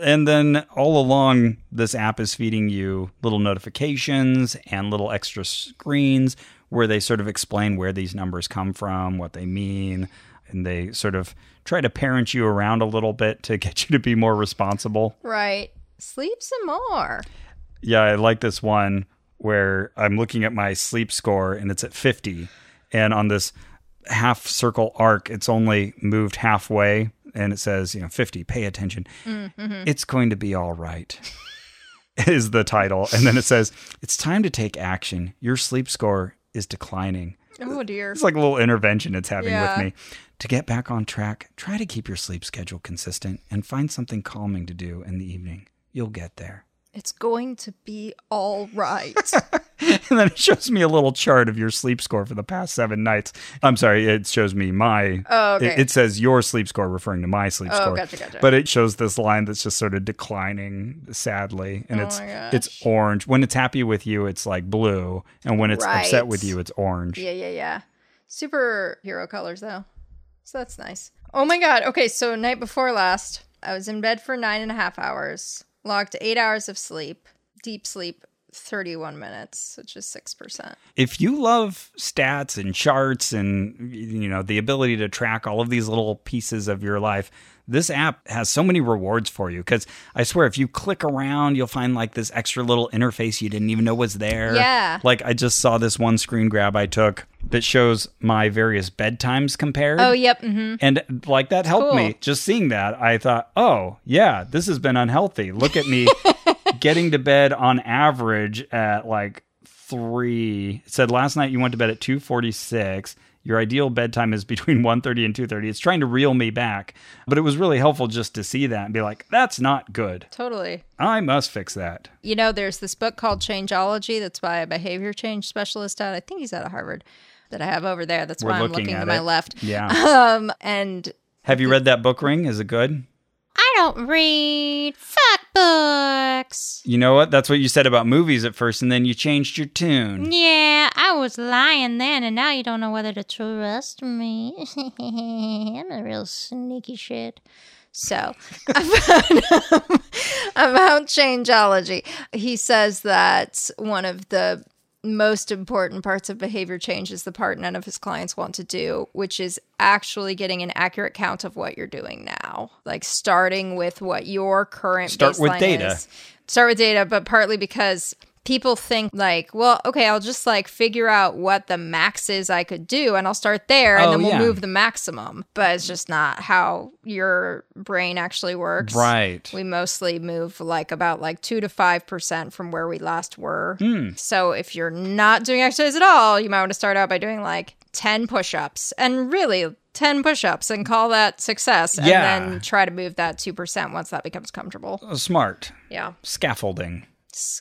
A: And then all along, this app is feeding you little notifications and little extra screens where they sort of explain where these numbers come from, what they mean, and they sort of try to parent you around a little bit to get you to be more responsible.
B: Right. Sleep some more.
A: Yeah, I like this one where I'm looking at my sleep score and it's at 50. And on this half circle arc, it's only moved halfway and it says, you know, 50, pay attention. It's going to be all right, is the title. And then it says, it's time to take action. Your sleep score is declining.
B: Oh, dear.
A: It's like a little intervention it's having
B: Yeah.
A: with me. To get back on track, try to keep your sleep schedule consistent and find something calming to do in the evening. You'll get there.
B: It's going to be all right.
A: and then it shows me a little chart of your sleep score for the past seven nights. I'm sorry, it shows me my.
B: Oh, okay.
A: It, it says your sleep score, referring to my sleep
B: Oh,
A: score.
B: gotcha, gotcha.
A: But it shows this line that's just sort of declining, sadly, and it's
B: Oh my gosh.
A: it's orange. When it's happy with you, it's like blue, and when it's upset
B: Right.
A: with you, it's orange.
B: Yeah, yeah, yeah. Superhero colors though. So that's nice. Oh my god. Okay, so night before last, I was in bed for nine and a half hours, logged eight hours of sleep, deep sleep, 31 minutes, which is 6%.
A: if you love stats and charts and you know the ability to track all of these little pieces of your life this app has so many rewards for you because i swear if you click around you'll find like this extra little interface you didn't even know was there
B: Yeah.
A: like i just saw this one screen grab i took that shows my various bedtimes compared
B: Oh, yep. Mm-hmm.
A: and like that helped
B: cool.
A: me. Just seeing that, I thought, oh, yeah, this has been unhealthy. Look at me getting to bed on average at like three. It said last night you went to bed at 246. Your ideal bedtime is between 1.30 and 2.30. It's trying to reel me back. But it was really helpful just to see that and be like, that's not good.
B: Totally.
A: I must fix that.
B: You know, there's this book called Changeology that's by a behavior change specialist out, I think he's out of Harvard, that I have over there. That's
A: We're
B: why I'm
A: looking
B: looking
A: at
B: to my
A: it.
B: left.
A: Yeah.
B: Um, and
A: Have you read that book, Ring? Is it good?
C: I don't read fuck books.
A: You know what? That's what you said about movies at first, and then you changed your tune.
D: Yeah, I was lying then, and now you don't know whether to trust me. I'm a real sneaky shit.
B: So about, um, about changeology, he says that one of the most important parts of behavior change is the part none of his clients want to do, which is actually getting an accurate count of what you're doing now. Like starting with what your current
A: Start with
B: baseline
A: data.
B: is. Start with data, but partly because people think like, well, okay, I'll just like figure out what the max is I could do and I'll start there and
A: Oh,
B: then we'll
A: yeah.
B: move the maximum. But it's just not how your brain actually works.
A: Right.
B: We mostly move like about like two to five percent from where we last were.
A: Hmm.
B: So if you're not doing exercise at all, you might want to start out by doing like ten push-ups and really ten push-ups and call that success. And
A: Yeah.
B: then try to move that two percent once that becomes comfortable.
A: Smart.
B: Yeah.
A: Scaffolding.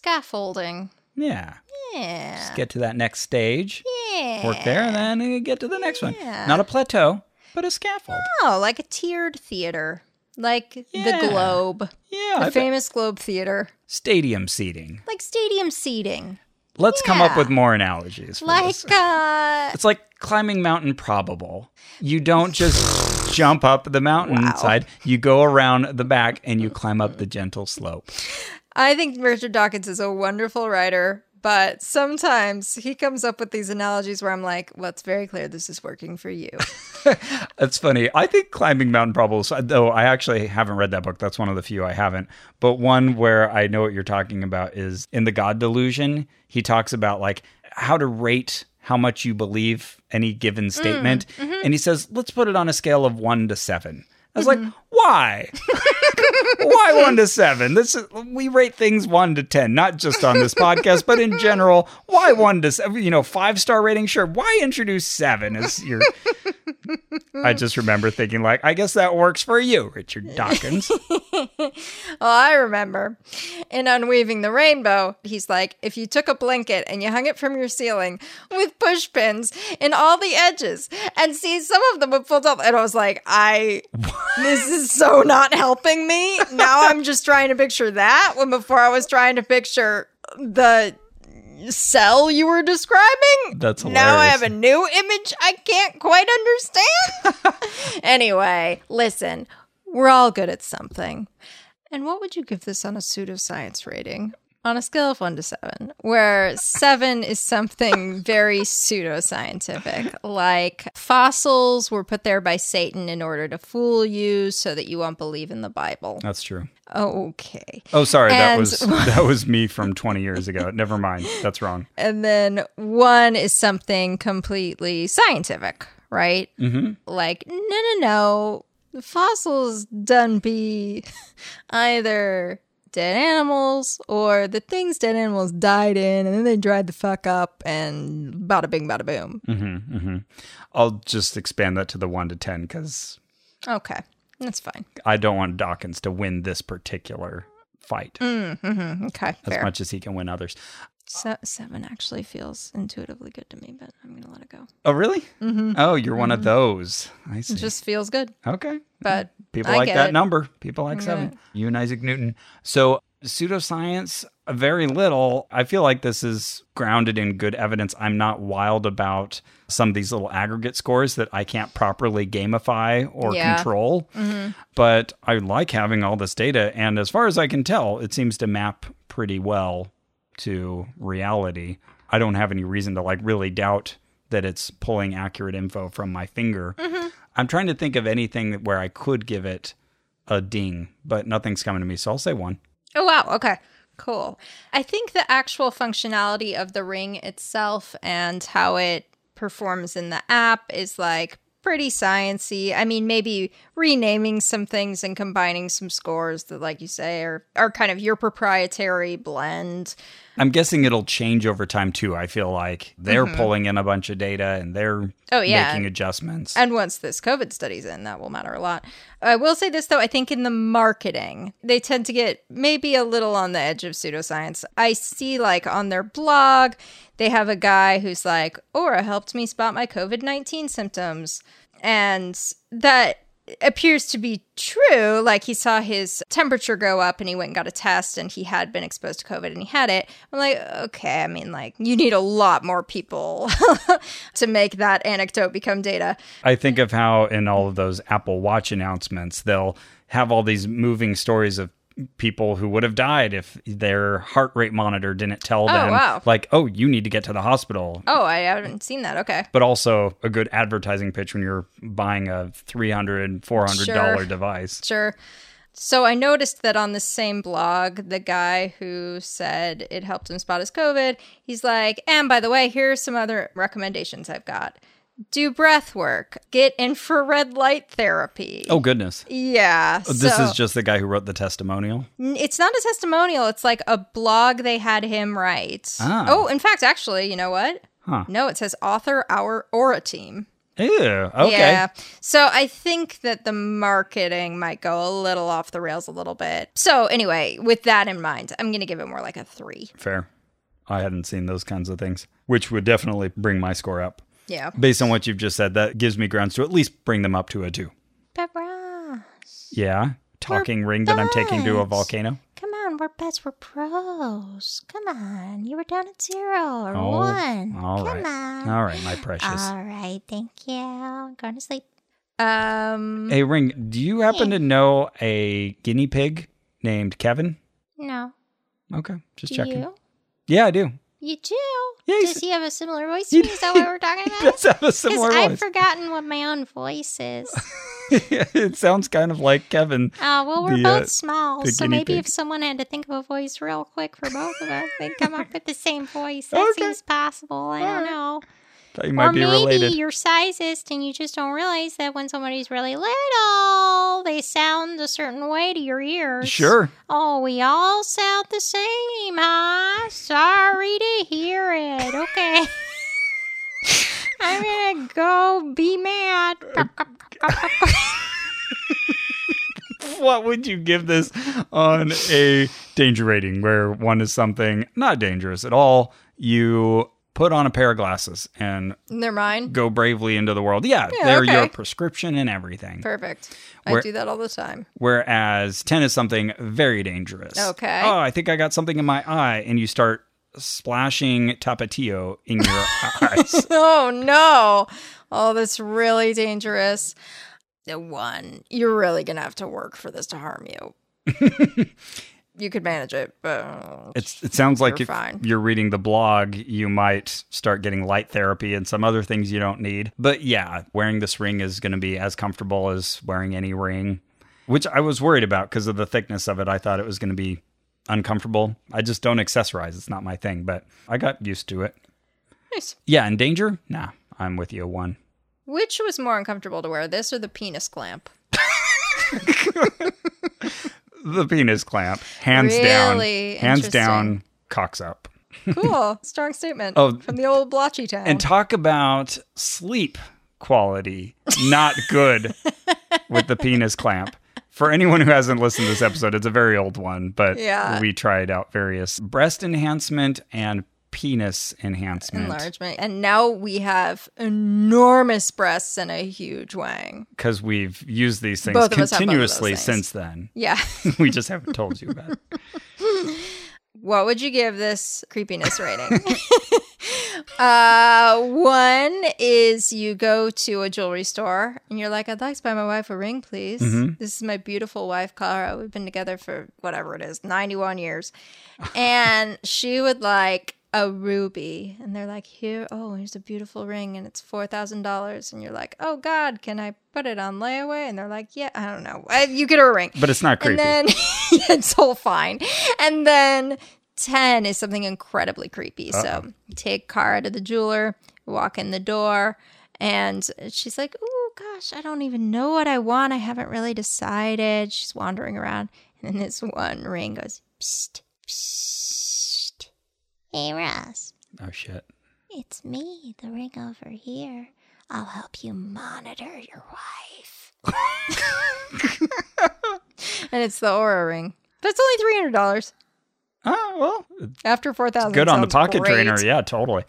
B: Scaffolding.
A: Yeah.
D: Yeah.
A: Just get to that next stage,
D: Yeah.
A: work there, and then you get to the next one. Not a plateau, but a scaffold.
B: Oh, like a tiered theater. Like
A: Yeah.
B: the globe.
A: Yeah, I
B: The
A: bet.
B: famous globe theater.
A: stadium seating.
B: Like stadium seating.
A: Let's come up
B: Yeah.
A: with more analogies. For
B: Like,
A: this.
B: uh,
A: it's like climbing mountain probable. You don't just jump up the mountainside. You go around the back and you climb up the gentle slope.
B: I think Richard Dawkins is a wonderful writer, but sometimes he comes up with these analogies where I'm like, well, it's very clear this is working for you.
A: That's funny. I think climbing mountain probable. Though I actually haven't read that book. That's one of the few I haven't. But one where I know what you're talking about is in the God Delusion. He talks about like how to rate how much you believe any given statement, and he says let's put it on a scale of one to seven. I was like, why? why one to seven? This is, we rate things one to ten, not just on this podcast, but in general. Why one to seven? You know, five star rating, sure. Why introduce seven as your? I just remember thinking, like, I guess that works for you, Richard Dawkins.
B: Well, I remember in Unweaving the Rainbow, he's like, if you took a blanket and you hung it from your ceiling with push pins in all the edges, and see, some of them would pull up. And I was like, I, this is so not helping me. Now I'm just trying to picture that when before I was trying to picture the cell you were describing.
A: That's
B: Now I
A: hilarious.
B: have a new image I can't quite understand. anyway, listen, we're all good at something. And what would you give this on a pseudoscience rating? On a scale of one to seven, where seven is something very pseudoscientific, like fossils were put there by Satan in order to fool you so that you won't believe in the Bible.
A: That's true.
B: Okay.
A: Oh, sorry, that
B: And-
A: was that was me from 20 years ago. Never mind. That's wrong.
B: And then one is something completely scientific, right?
A: hmm
B: like no no no The fossils done be either dead animals or the things dead animals died in and then they dried the fuck up and bada bing bada boom
A: hmm hmm I'll just expand that to the one to ten because
B: okay that's fine
A: I don't want Dawkins to win this particular fight
B: mm-hmm. okay
A: as
B: fair
A: much as he can win others.
B: Se- seven actually feels intuitively good to me but i'm gonna let it go
A: Oh, really? Oh, you're one of those. I see.
B: it Mm-hmm. just feels good
A: okay.
B: but
A: People
B: I
A: like
B: get
A: that
B: it.
A: number. People like
B: I get
A: seven.
B: it.
A: You and Isaac Newton. So pseudoscience, very little. I feel like this is grounded in good evidence. I'm not wild about some of these little aggregate scores that I can't properly gamify or
B: Yeah.
A: control. But I like having all this data. And as far as I can tell, it seems to map pretty well to reality. I don't have any reason to like really doubt that it's pulling accurate info from my finger. I'm trying to think of anything that- where I could give it a ding, but nothing's coming to me, so I'll say one.
B: Oh, wow. Okay. Cool. I think the actual functionality of the ring itself and how it performs in the app is like pretty sciency. I mean, maybe renaming some things and combining some scores that like you say are are kind of your proprietary blend.
A: I'm guessing it'll change over time too. I feel like they're pulling in a bunch of data and they're
B: Mm-hmm. Oh, yeah.
A: making adjustments.
B: And once this COVID study's in, that will matter a lot. I will say this though, I think in the marketing, they tend to get maybe a little on the edge of pseudoscience. I see like on their blog, they have a guy who's like, Aura helped me spot my COVID 19 symptoms. And that appears to be true. Like he saw his temperature go up and he went and got a test and he had been exposed to COVID and he had it. I'm like, okay, I mean, like, you need a lot more people to make that anecdote become data.
A: I think of how in all of those Apple Watch announcements, they'll have all these moving stories of people who would have died if their heart rate monitor didn't tell them,
B: wow.
A: like, oh, you need to get to the hospital.
B: Oh, I haven't seen that. Okay.
A: But also a good advertising pitch when you're buying a $300, $400
B: Sure.
A: device.
B: Sure. So I noticed that on the same blog, the guy who said it helped him spot his COVID, he's like, and by the way, here are some other recommendations I've got. Do breath work, get infrared light therapy.
A: Oh, goodness.
B: yeah.
A: This
B: so-
A: is just the guy who wrote the testimonial.
B: N- It's not a testimonial. It's like a blog they had him write.
A: Ah.
B: Oh, in fact, actually, you know what?
A: Huh.
B: No, it says author, our aura team.
A: Ew. Okay.
B: Yeah. So I think that the marketing might go a little off the rails a little bit. So anyway, with that in mind, I'm going to give it more like a three.
A: Fair. I hadn't seen those kinds of things, which would definitely bring my score up.
B: Yeah.
A: Based on what you've just said, that gives me grounds to at least bring them up to a two.
D: Barbara,
A: Yeah. Talking ring that I'm taking to a volcano.
D: come on, we're pets. We're pros. Come on. You were down at zero or
A: Oh,
D: one.
A: all
D: Come
A: right.
D: on. Um,
A: All right, my precious.
D: All right. Thank you. I'm going to sleep.
B: Um,
A: hey, Ring, do you happen to know a guinea pig named Kevin?
D: No.
A: Okay, just
D: Do
A: checking.
D: you?
A: Yeah, I do.
D: You do?
A: Yeah, he's-
D: Does he have a similar voice
A: He
D: to me? Is that what we're talking
A: He
D: about?
A: does have a
D: Because
A: similar
D: I've
A: voice.
D: forgotten what my own voice is.
A: it sounds kind of like Kevin.
D: Uh, well, we're
A: The, uh,
D: both small,
A: the
D: so
A: guinea
D: maybe
A: pig.
D: if someone had to think of a voice real quick for both of us, they'd come up with the same voice. That
A: Okay.
D: seems possible. I don't know.
A: Thought you might
D: or
A: be
D: maybe
A: related.
D: you're sizist and you just don't realize that when somebody's really little, they sound a certain way to your ears.
A: Sure.
D: Oh, we all sound the same, huh? Sorry to hear it. Okay. I'm gonna go be mad.
A: What would you give this on a danger rating where one is something not dangerous at all? You put on a pair of glasses and
B: they're mine.
A: go bravely into the world. Yeah,
B: Yeah,
A: they're your
B: okay.
A: prescription and everything.
B: Perfect.
A: Where-
B: I do that all the time.
A: Whereas 10 is something very dangerous.
B: Okay.
A: Oh, I think I got something in my eye. And you start splashing tapatio in your eyes.
B: Oh no! Oh, that's really dangerous. The One, you're really gonna have to work for this to harm you. you could manage it, but oh,
A: It's, it sounds like
B: You're
A: if
B: fine.
A: you're reading the blog, you might start getting light therapy and some other things you don't need. But yeah, wearing this ring is going to be as comfortable as wearing any ring, which I was worried about because of the thickness of it. I thought it was going to be uncomfortable. I just don't accessorize. It's not my thing, but I got used to it.
B: Nice.
A: Yeah, and danger? Nah, I'm with you. One.
B: which was more uncomfortable to wear, this or the penis clamp?
A: the penis clamp, hands
B: Really
A: down, hands down,
B: interesting.
A: cocks up.
B: Cool, strong statement
A: Oh,
B: from the old blotchy town.
A: And talk about sleep quality, not good with the penis clamp. For anyone who hasn't listened to this episode, it's a very old one, but
B: Yeah.
A: we tried out various breast enhancement and penis enhancement
B: enlargement, and now we have enormous breasts and a huge wang.
A: because we've used these things
B: Both of us have both of those
A: continuously
B: things.
A: since then.
B: Yeah.
A: we just haven't told you about it.
B: What would you give this creepiness rating? uh, one is you go to a jewelry store and you're like, I'd like to buy my wife a ring, please. This is my beautiful wife, Clara. We've been together for whatever it is, 91 years. And she would like a ruby. And they're like, here, oh, here's a beautiful ring and it's $4,000. And you're like, oh God, can I put it on layaway? And they're like, yeah, I don't know. Uh, You get her a ring.
A: But it's not creepy.
B: And then yeah, it's all fine. And then 10 is something incredibly creepy. So take Kara to the jeweler, walk in the door, and she's like, Oh gosh, I don't even know what I want. I haven't really decided. She's wandering around. And then this one ring goes,
D: Psst, psst. Hey, Ross,
A: oh, shit.
D: it's me, the ring over here. I'll help you monitor your wife.
B: and it's the aura ring. That's only $300
A: Oh, well,
B: after 4000
A: good on the
B: Sounds
A: pocket
B: great.
A: trainer. Yeah, totally.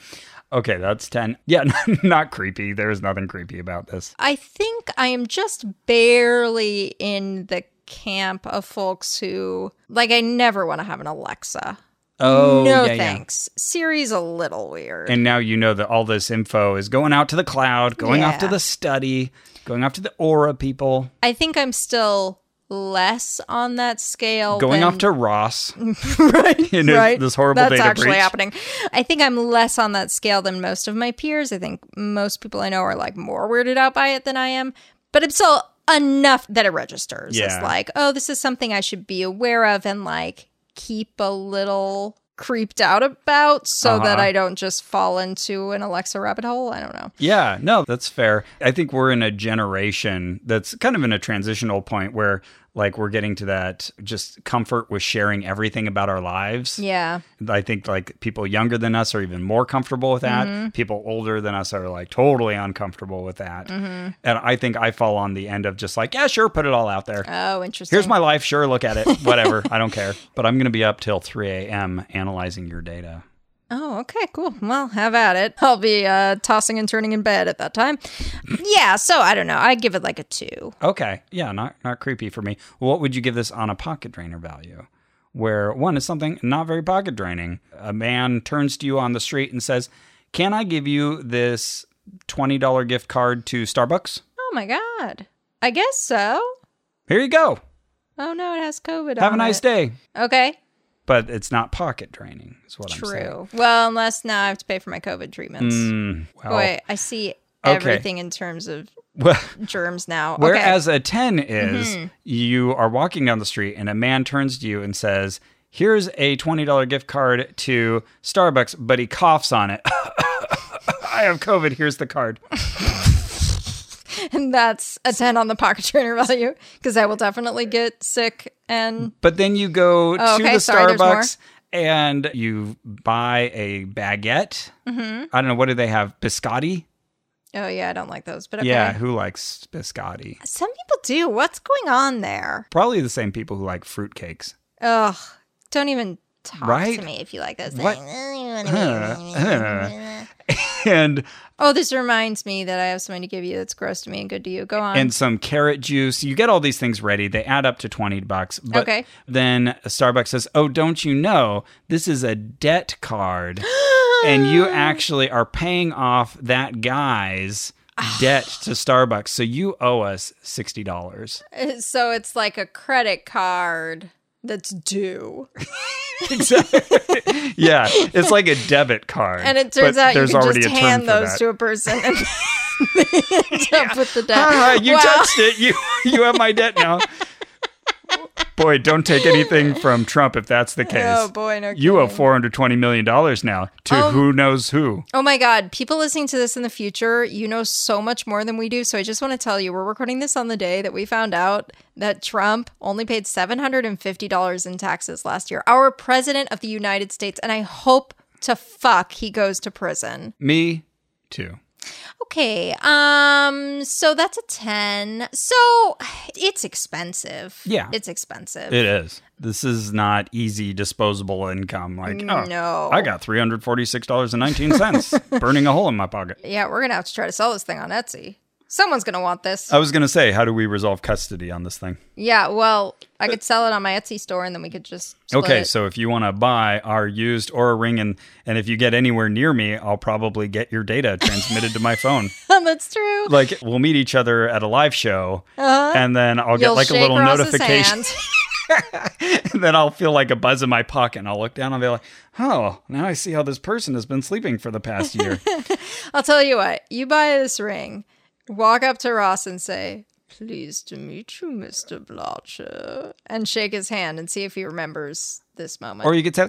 A: Okay, that's 10. Yeah, not creepy. There is nothing creepy about this.
B: I think I am just barely in the camp of folks who, like, I never want to have an Alexa.
A: Oh,
B: no thanks. Siri's a little weird.
A: And now you know that all this info is going out to the cloud, going off to
B: Yeah.
A: the study, going off to the aura people,
B: I think I'm still less on that scale.
A: going
B: than-
A: off to Ross.
B: right,
A: you know,
B: right.
A: this horrible
B: That's
A: data
B: actually
A: breach.
B: happening. I think I'm less on that scale than most of my peers. I think most people I know are like more weirded out by it than I am, but I'm still enough that it registers.
A: Yeah.
B: It's like, oh, this is something I should be aware of and like keep a little creeped out about so that
A: Uh-huh.
B: I don't just fall into an Alexa rabbit hole. I don't know.
A: Yeah, no, that's fair. I think we're in a generation that's kind of in a transitional point where like we're getting to that just comfort with sharing everything about our lives.
B: Yeah.
A: I think like people younger than us are even more comfortable with that.
B: Mm-hmm.
A: People older than us are like totally uncomfortable with that.
B: Mm-hmm.
A: And I think I fall on the end of just like, yeah, sure, put it all out there.
B: Oh, interesting.
A: Here's my life. Sure, look at it. Whatever. I don't care. But I'm going to be up till 3 a.m. analyzing your data.
B: Oh, okay, cool. Well, have at it. I'll be uh, tossing and turning in bed at that time. yeah, so I don't know. I give it like a two.
A: Okay. Yeah. Not, not creepy for me. What would you give this on a pocket drainer value? where one is something not very pocket draining. A man turns to you on the street and says, Can I give you this $20 gift card to Starbucks?
B: Oh my god. I guess so.
A: Here you go.
B: Oh no, it has COVID.
A: Have a
B: on
A: nice
B: it.
A: day.
B: Okay.
A: But it's not pocket draining, is what I'm saying.
B: True. Well, unless now I have to pay for my COVID treatments.
A: Mm, well,
B: Boy, I see
A: Okay.
B: everything in terms of
A: well,
B: germs now. Okay. Mm-hmm.
A: Whereas a 10 is you are walking down the street and a man turns to you and says, Here's a $20 gift card to Starbucks, but he coughs on it. I have COVID. Here's the card.
B: and that's a 10 on the pocket trainer value because I will definitely get sick and
A: But then you go
B: Oh,
A: to
B: okay,
A: the
B: sorry, there's more.
A: Starbucks and you buy a baguette.
B: Mm-hmm.
A: I don't know. What do they have? Biscotti?
B: oh yeah, I don't like those, but okay.
A: Yeah. Who likes biscotti?
B: Some people do. What's going on there?
A: Probably the same people who like fruitcakes.
B: Ugh. Don't even talk
A: Right?
B: to me if you like those
A: What?
B: things.
A: Uh, uh. and
B: Oh, this reminds me that I have something to give you that's gross to me and good to you. Go on.
A: and some carrot juice. You get all these things ready. They add up to 20 bucks. But
B: Okay.
A: then Starbucks says, "Oh, don't you know? This is a debt card." and you actually are paying off that guy's debt to Starbucks. So you owe us $60.
B: so it's like a credit card that's due.
A: yeah, it's like a debit card.
B: And it turns
A: but
B: out you
A: there's
B: can
A: already
B: just
A: a term
B: hand
A: for
B: those
A: that.
B: to a person and they end up with the debt.
A: Ah, you
B: Wow.
A: touched it. You you have my debt now. Boy, don't take anything from Trump if that's the case.
B: Oh boy, no
A: You owe
B: kidding.
A: four hundred twenty million dollars now to
B: Um,
A: who knows who.
B: Oh my God. People listening to this in the future, you know so much more than we do. So I just want to tell you, we're recording this on the day that we found out that Trump only paid $750 in taxes last year. Our president of the United States. And I hope to fuck he goes to prison.
A: Me too.
B: Okay. Um, so that's a 10. So it's expensive.
A: Yeah.
B: It's expensive.
A: It is. This is not easy disposable income. Like oh,
B: No.
A: I got three hundred forty six dollars and nineteen cents burning a hole in my pocket.
B: yeah, we're gonna have to try to sell this thing on Etsy. Someone's gonna want this.
A: I was gonna say, how do we resolve custody on this thing?
B: Yeah, well, I could sell it on my Etsy store and then we could just split
A: okay,
B: it.
A: so if you want to buy our used Aura ring, and and if you get anywhere near me, I'll probably get your data transmitted to my phone.
B: that's true.
A: Like we'll meet each other at a live show, and then I'll get
B: Uh-huh. You'll
A: like a
B: shake
A: little
B: Ross's
A: notification.
B: hand.
A: And then I'll feel like a buzz in my pocket and I'll look down and I'll be like, oh, now I see how this person has been sleeping for the past year.
B: I'll tell you what. You buy this ring, walk up to Ross and say, "Pleased to meet you, Mister Blotcher," and shake his hand and see if he remembers this moment.
A: or you could say, hi,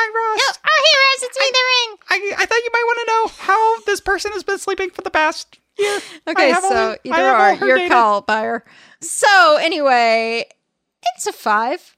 A: Ross.
D: Oh, here it is. It's me, the ring.
A: I, I thought you might want to know how this person has been sleeping for the past year. I
B: okay,
A: have all
B: so
A: the- I
B: either
A: have all
B: or,
A: her
B: your
A: data."
B: call, buyer. So anyway, it's a five.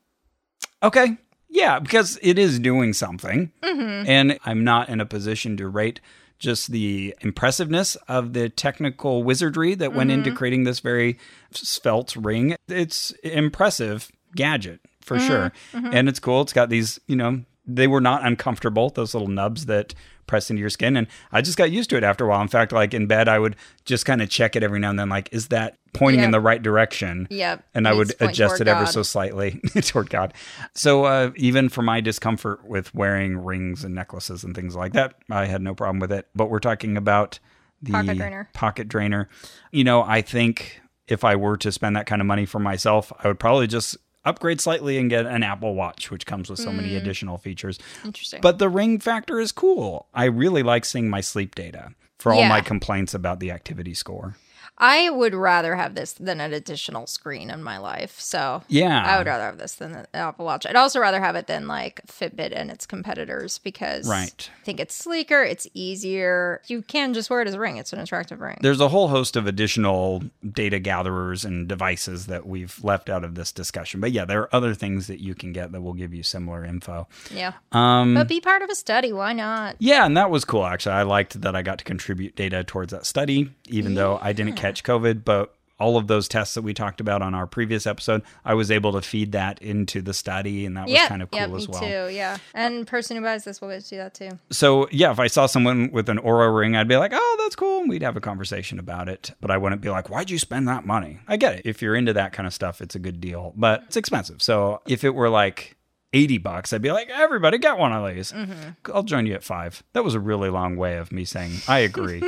A: Okay. Yeah, because it is doing something. And I'm not in a position to rate just the impressiveness of the technical wizardry that went into creating this very svelte ring. It's impressive gadget for sure. And it's cool. It's got these, you know, they were not uncomfortable, those little nubs that press into your skin. And I just got used to it after a while. In fact, like in bed, I would just kind of check it every now and then, like, is that pointing in
B: Yep.
A: the right direction?
B: Yep,
A: And I
B: it's
A: would
B: point
A: adjust
B: toward
A: it ever
B: God.
A: so slightly toward God. So uh, even for my discomfort with wearing rings and necklaces and things like that, I had no problem with it. But we're talking about the
B: Pocket drainer.
A: pocket drainer. You know, I think if I were to spend that kind of money for myself, I would probably just upgrade slightly and get an Apple Watch, which comes with so many additional features.
B: Mm. Interesting.
A: But the ring factor is cool. I really like seeing my sleep data for all
B: Yeah.
A: my complaints about the activity score.
B: I would rather have this than an additional screen in my life. So
A: Yeah.
B: I would rather have this than the Apple Watch. I'd also rather have it than like Fitbit and its competitors because
A: Right.
B: I think it's sleeker, it's easier. You can just wear it as a ring. It's an attractive ring.
A: There's a whole host of additional data gatherers and devices that we've left out of this discussion. But yeah, there are other things that you can get that will give you similar info.
B: yeah.
A: Um,
B: but be part of a study. Why not?
A: yeah, and that was cool, actually. I liked that I got to contribute data towards that study, even though I didn't catch COVID. But all of those tests that we talked about on our previous episode, I was able to feed that into the study, and that was
B: yeah.
A: kind of cool
B: yeah,
A: as
B: me
A: well.
B: too. Yeah. And person who buys this will get to do that too.
A: so yeah, if I saw someone with an Aura ring, I'd be like, "Oh, that's cool," and we'd have a conversation about it. But I wouldn't be like, "Why'd you spend that money?" I get it. If you're into that kind of stuff, it's a good deal, but it's expensive. So if it were like 80 bucks, I'd be like, everybody got one of these.
B: Mm-hmm.
A: I'll join you at five. That was a really long way of me saying, I agree.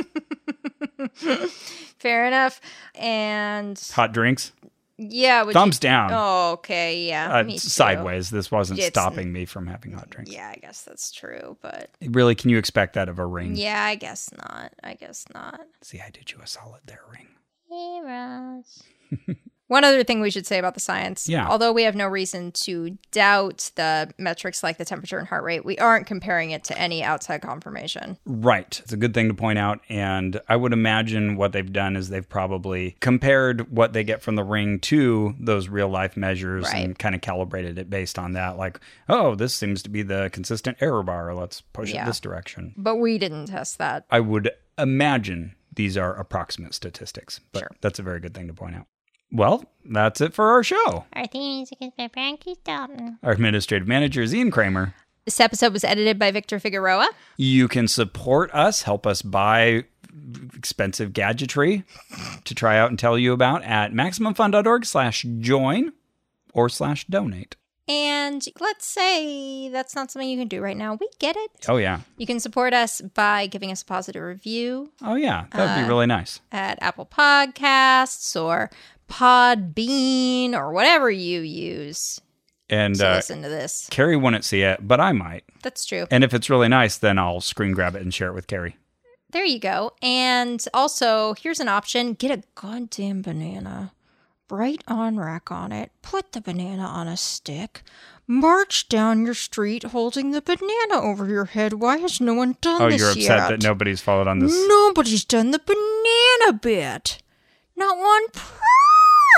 B: Fair enough. And
A: Hot drinks,
B: yeah, would you-
A: thumbs down.
B: Oh, okay, yeah.
A: Uh,
B: me too.
A: sideways. This wasn't
B: It's-
A: stopping me from having hot drinks.
B: Yeah, I guess that's true, but
A: Really, can you expect that of a ring?
B: yeah, I guess not. I guess not.
A: See, I did you a solid there, ring.
D: Heroes.
B: One other thing we should say about the science.
A: Yeah.
B: Although we have no reason to doubt the metrics like the temperature and heart rate, we aren't comparing it to any outside confirmation.
A: Right. It's a good thing to point out. And I would imagine what they've done is they've probably compared what they get from the ring to those real life measures and
B: Right.
A: kind of calibrated it based on that. Like, oh, this seems to be the consistent error bar. Let's push
B: Yeah.
A: it this direction.
B: But we didn't test that.
A: I would imagine these are approximate statistics, but
B: Sure.
A: that's a very good thing to point out. Well, that's it for our show.
D: Our theme music is by Frankie Dalton.
A: Our administrative manager is Ian Kramer.
B: This episode was edited by Victor Figueroa.
A: You can support us, help us buy expensive gadgetry to try out and tell you about at MaximumFun.org slash join or slash donate.
B: And let's say that's not something you can do right now. We get it.
A: Oh, yeah.
B: You can support us by giving us a positive review
A: Oh, yeah. That would be really nice.
B: at Apple Podcasts or Podbean or whatever you use
A: And
B: to
A: uh,
B: listen to this.
A: Carrie wouldn't see it, but I might.
B: That's true.
A: And if it's really nice, then I'll screen grab it and share it with Carrie.
B: There you go. And also, here's an option get a goddamn banana. Bright on rack on it. Put the banana on a stick. March down your street holding the banana over your head. Why has no one done
A: Oh,
B: this
A: you're upset
B: yet?
A: that nobody's followed on this.
B: Nobody's done the banana bit. Not one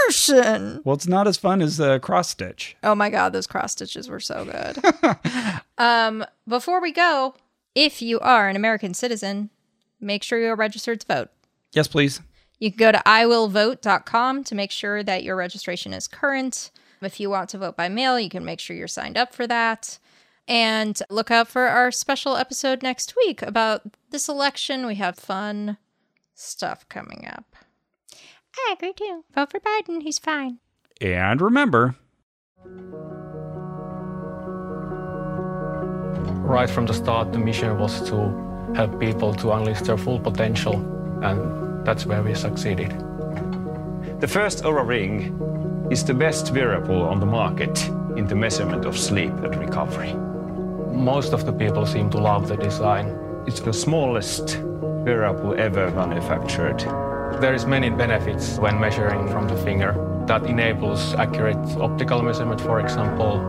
B: person.
A: Well, it's not as fun as uh, cross stitch.
B: Oh my god, those cross stitches were so good. um, before we go, if you are an American citizen, make sure you're registered to vote.
A: Yes, please.
B: You can go to iwillvote.com to make sure that your registration is current. If you want to vote by mail, you can make sure you're signed up for that. And look out for our special episode next week about this election. We have fun stuff coming up.
D: I agree too. Vote for Biden. He's fine.
A: And remember,
E: Right from the start, the mission was to help people to unleash their full potential, and that's where we succeeded.
F: The first Oura Ring is the best wearable on the market in the measurement of sleep and recovery.
E: Most of the people seem to love the design.
F: It's the smallest wearable ever manufactured.
E: There is many benefits when measuring from the finger that enables accurate optical measurement, for example.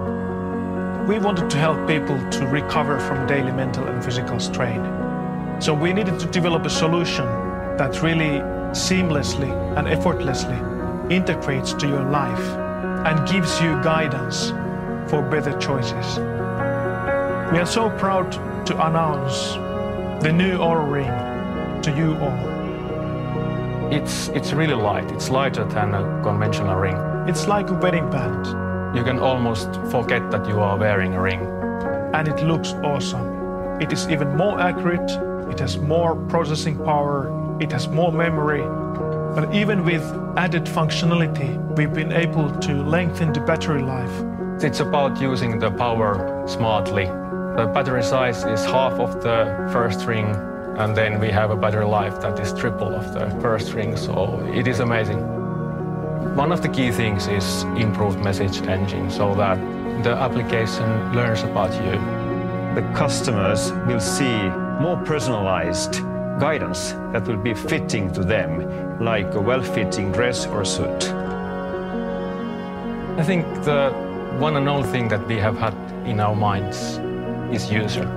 G: We wanted to help people to recover from daily mental and physical strain. So we needed to develop a solution that really seamlessly and effortlessly integrates to your life and gives you guidance for better choices. We are so proud to announce the new Aura Ring to you all.
E: It's it's really light. It's lighter than a conventional ring.
G: It's like a wedding band
E: You can almost forget that you are wearing a ring.
G: and it looks awesome. It is even more accurate, it has more processing power, it has more memory. But even with added functionality, we've been able to lengthen the battery life.
E: It's about using the power smartly. The battery size is half of the first ring, and then we have a battery life that is triple of the first ring, so it is amazing. One of the key things is improved message engine so that the application learns about you.
F: The customers will see more personalized guidance that will be fitting to them, like a well fitting dress or suit.
E: I think the one and only thing that we have had in our minds is user.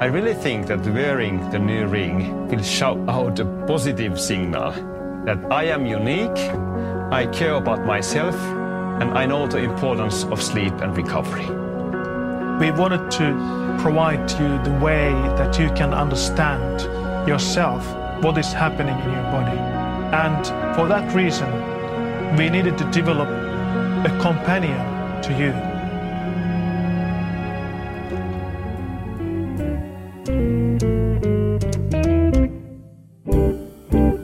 F: I really think that wearing the new ring will shout out a positive signal that I am unique, I care about myself, and I know the importance of sleep and recovery.
G: We wanted to provide you the way that you can understand yourself what is happening in your body. And for that reason, we needed to develop a companion to you.
H: Hello,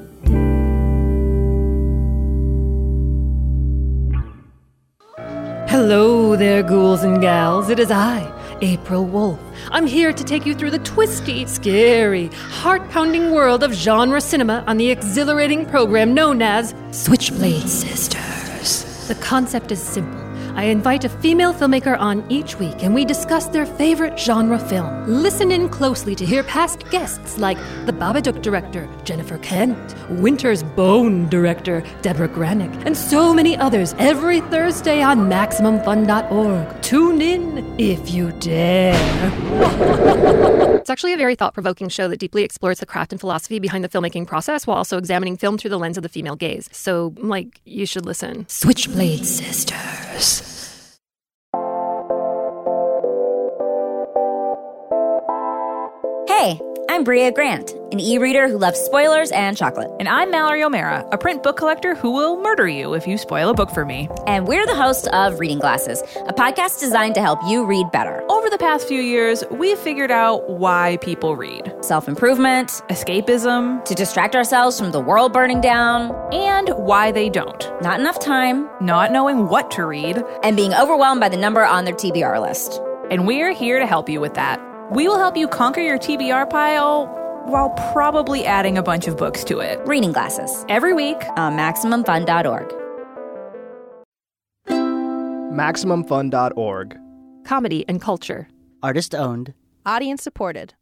H: Hello there, ghouls and gals. It is I, April Wolf. I'm here to take you through the twisty, scary, heart pounding world of genre cinema on the exhilarating program known as Switchblade Sisters. The concept is simple. I invite a female filmmaker on each week and we discuss their favorite genre film. Listen in closely to hear past guests like the Babadook director, Jennifer Kent, Winter's Bone director, Deborah Granick, and so many others every Thursday on MaximumFun.org. Tune in if you dare.
I: It's actually a very thought provoking show that deeply explores the craft and philosophy behind the filmmaking process while also examining film through the lens of the female gaze. So, like, you should listen.
H: Switchblade Sisters.
J: Hey, I'm Bria Grant, an e reader who loves spoilers and chocolate.
K: And I'm Mallory O'Mara, a print book collector who will murder you if you spoil a book for me.
J: And we're the host of Reading Glasses, a podcast designed to help you read better.
K: Over the past few years, we've figured out why people read
J: Self improvement,
K: escapism,
J: to distract ourselves from the world burning down,
K: and why they don't.
J: not enough time,
K: Not knowing what to read,
J: and being overwhelmed by the number on their TBR list.
K: and we're here to help you with that. We will help you conquer your TBR pile while probably adding a bunch of books to it.
J: Reading Glasses
K: Every week,
J: on MaximumFun.org.
L: MaximumFun.org.
I: Comedy and culture.
M: Artist owned.
N: Audience supported.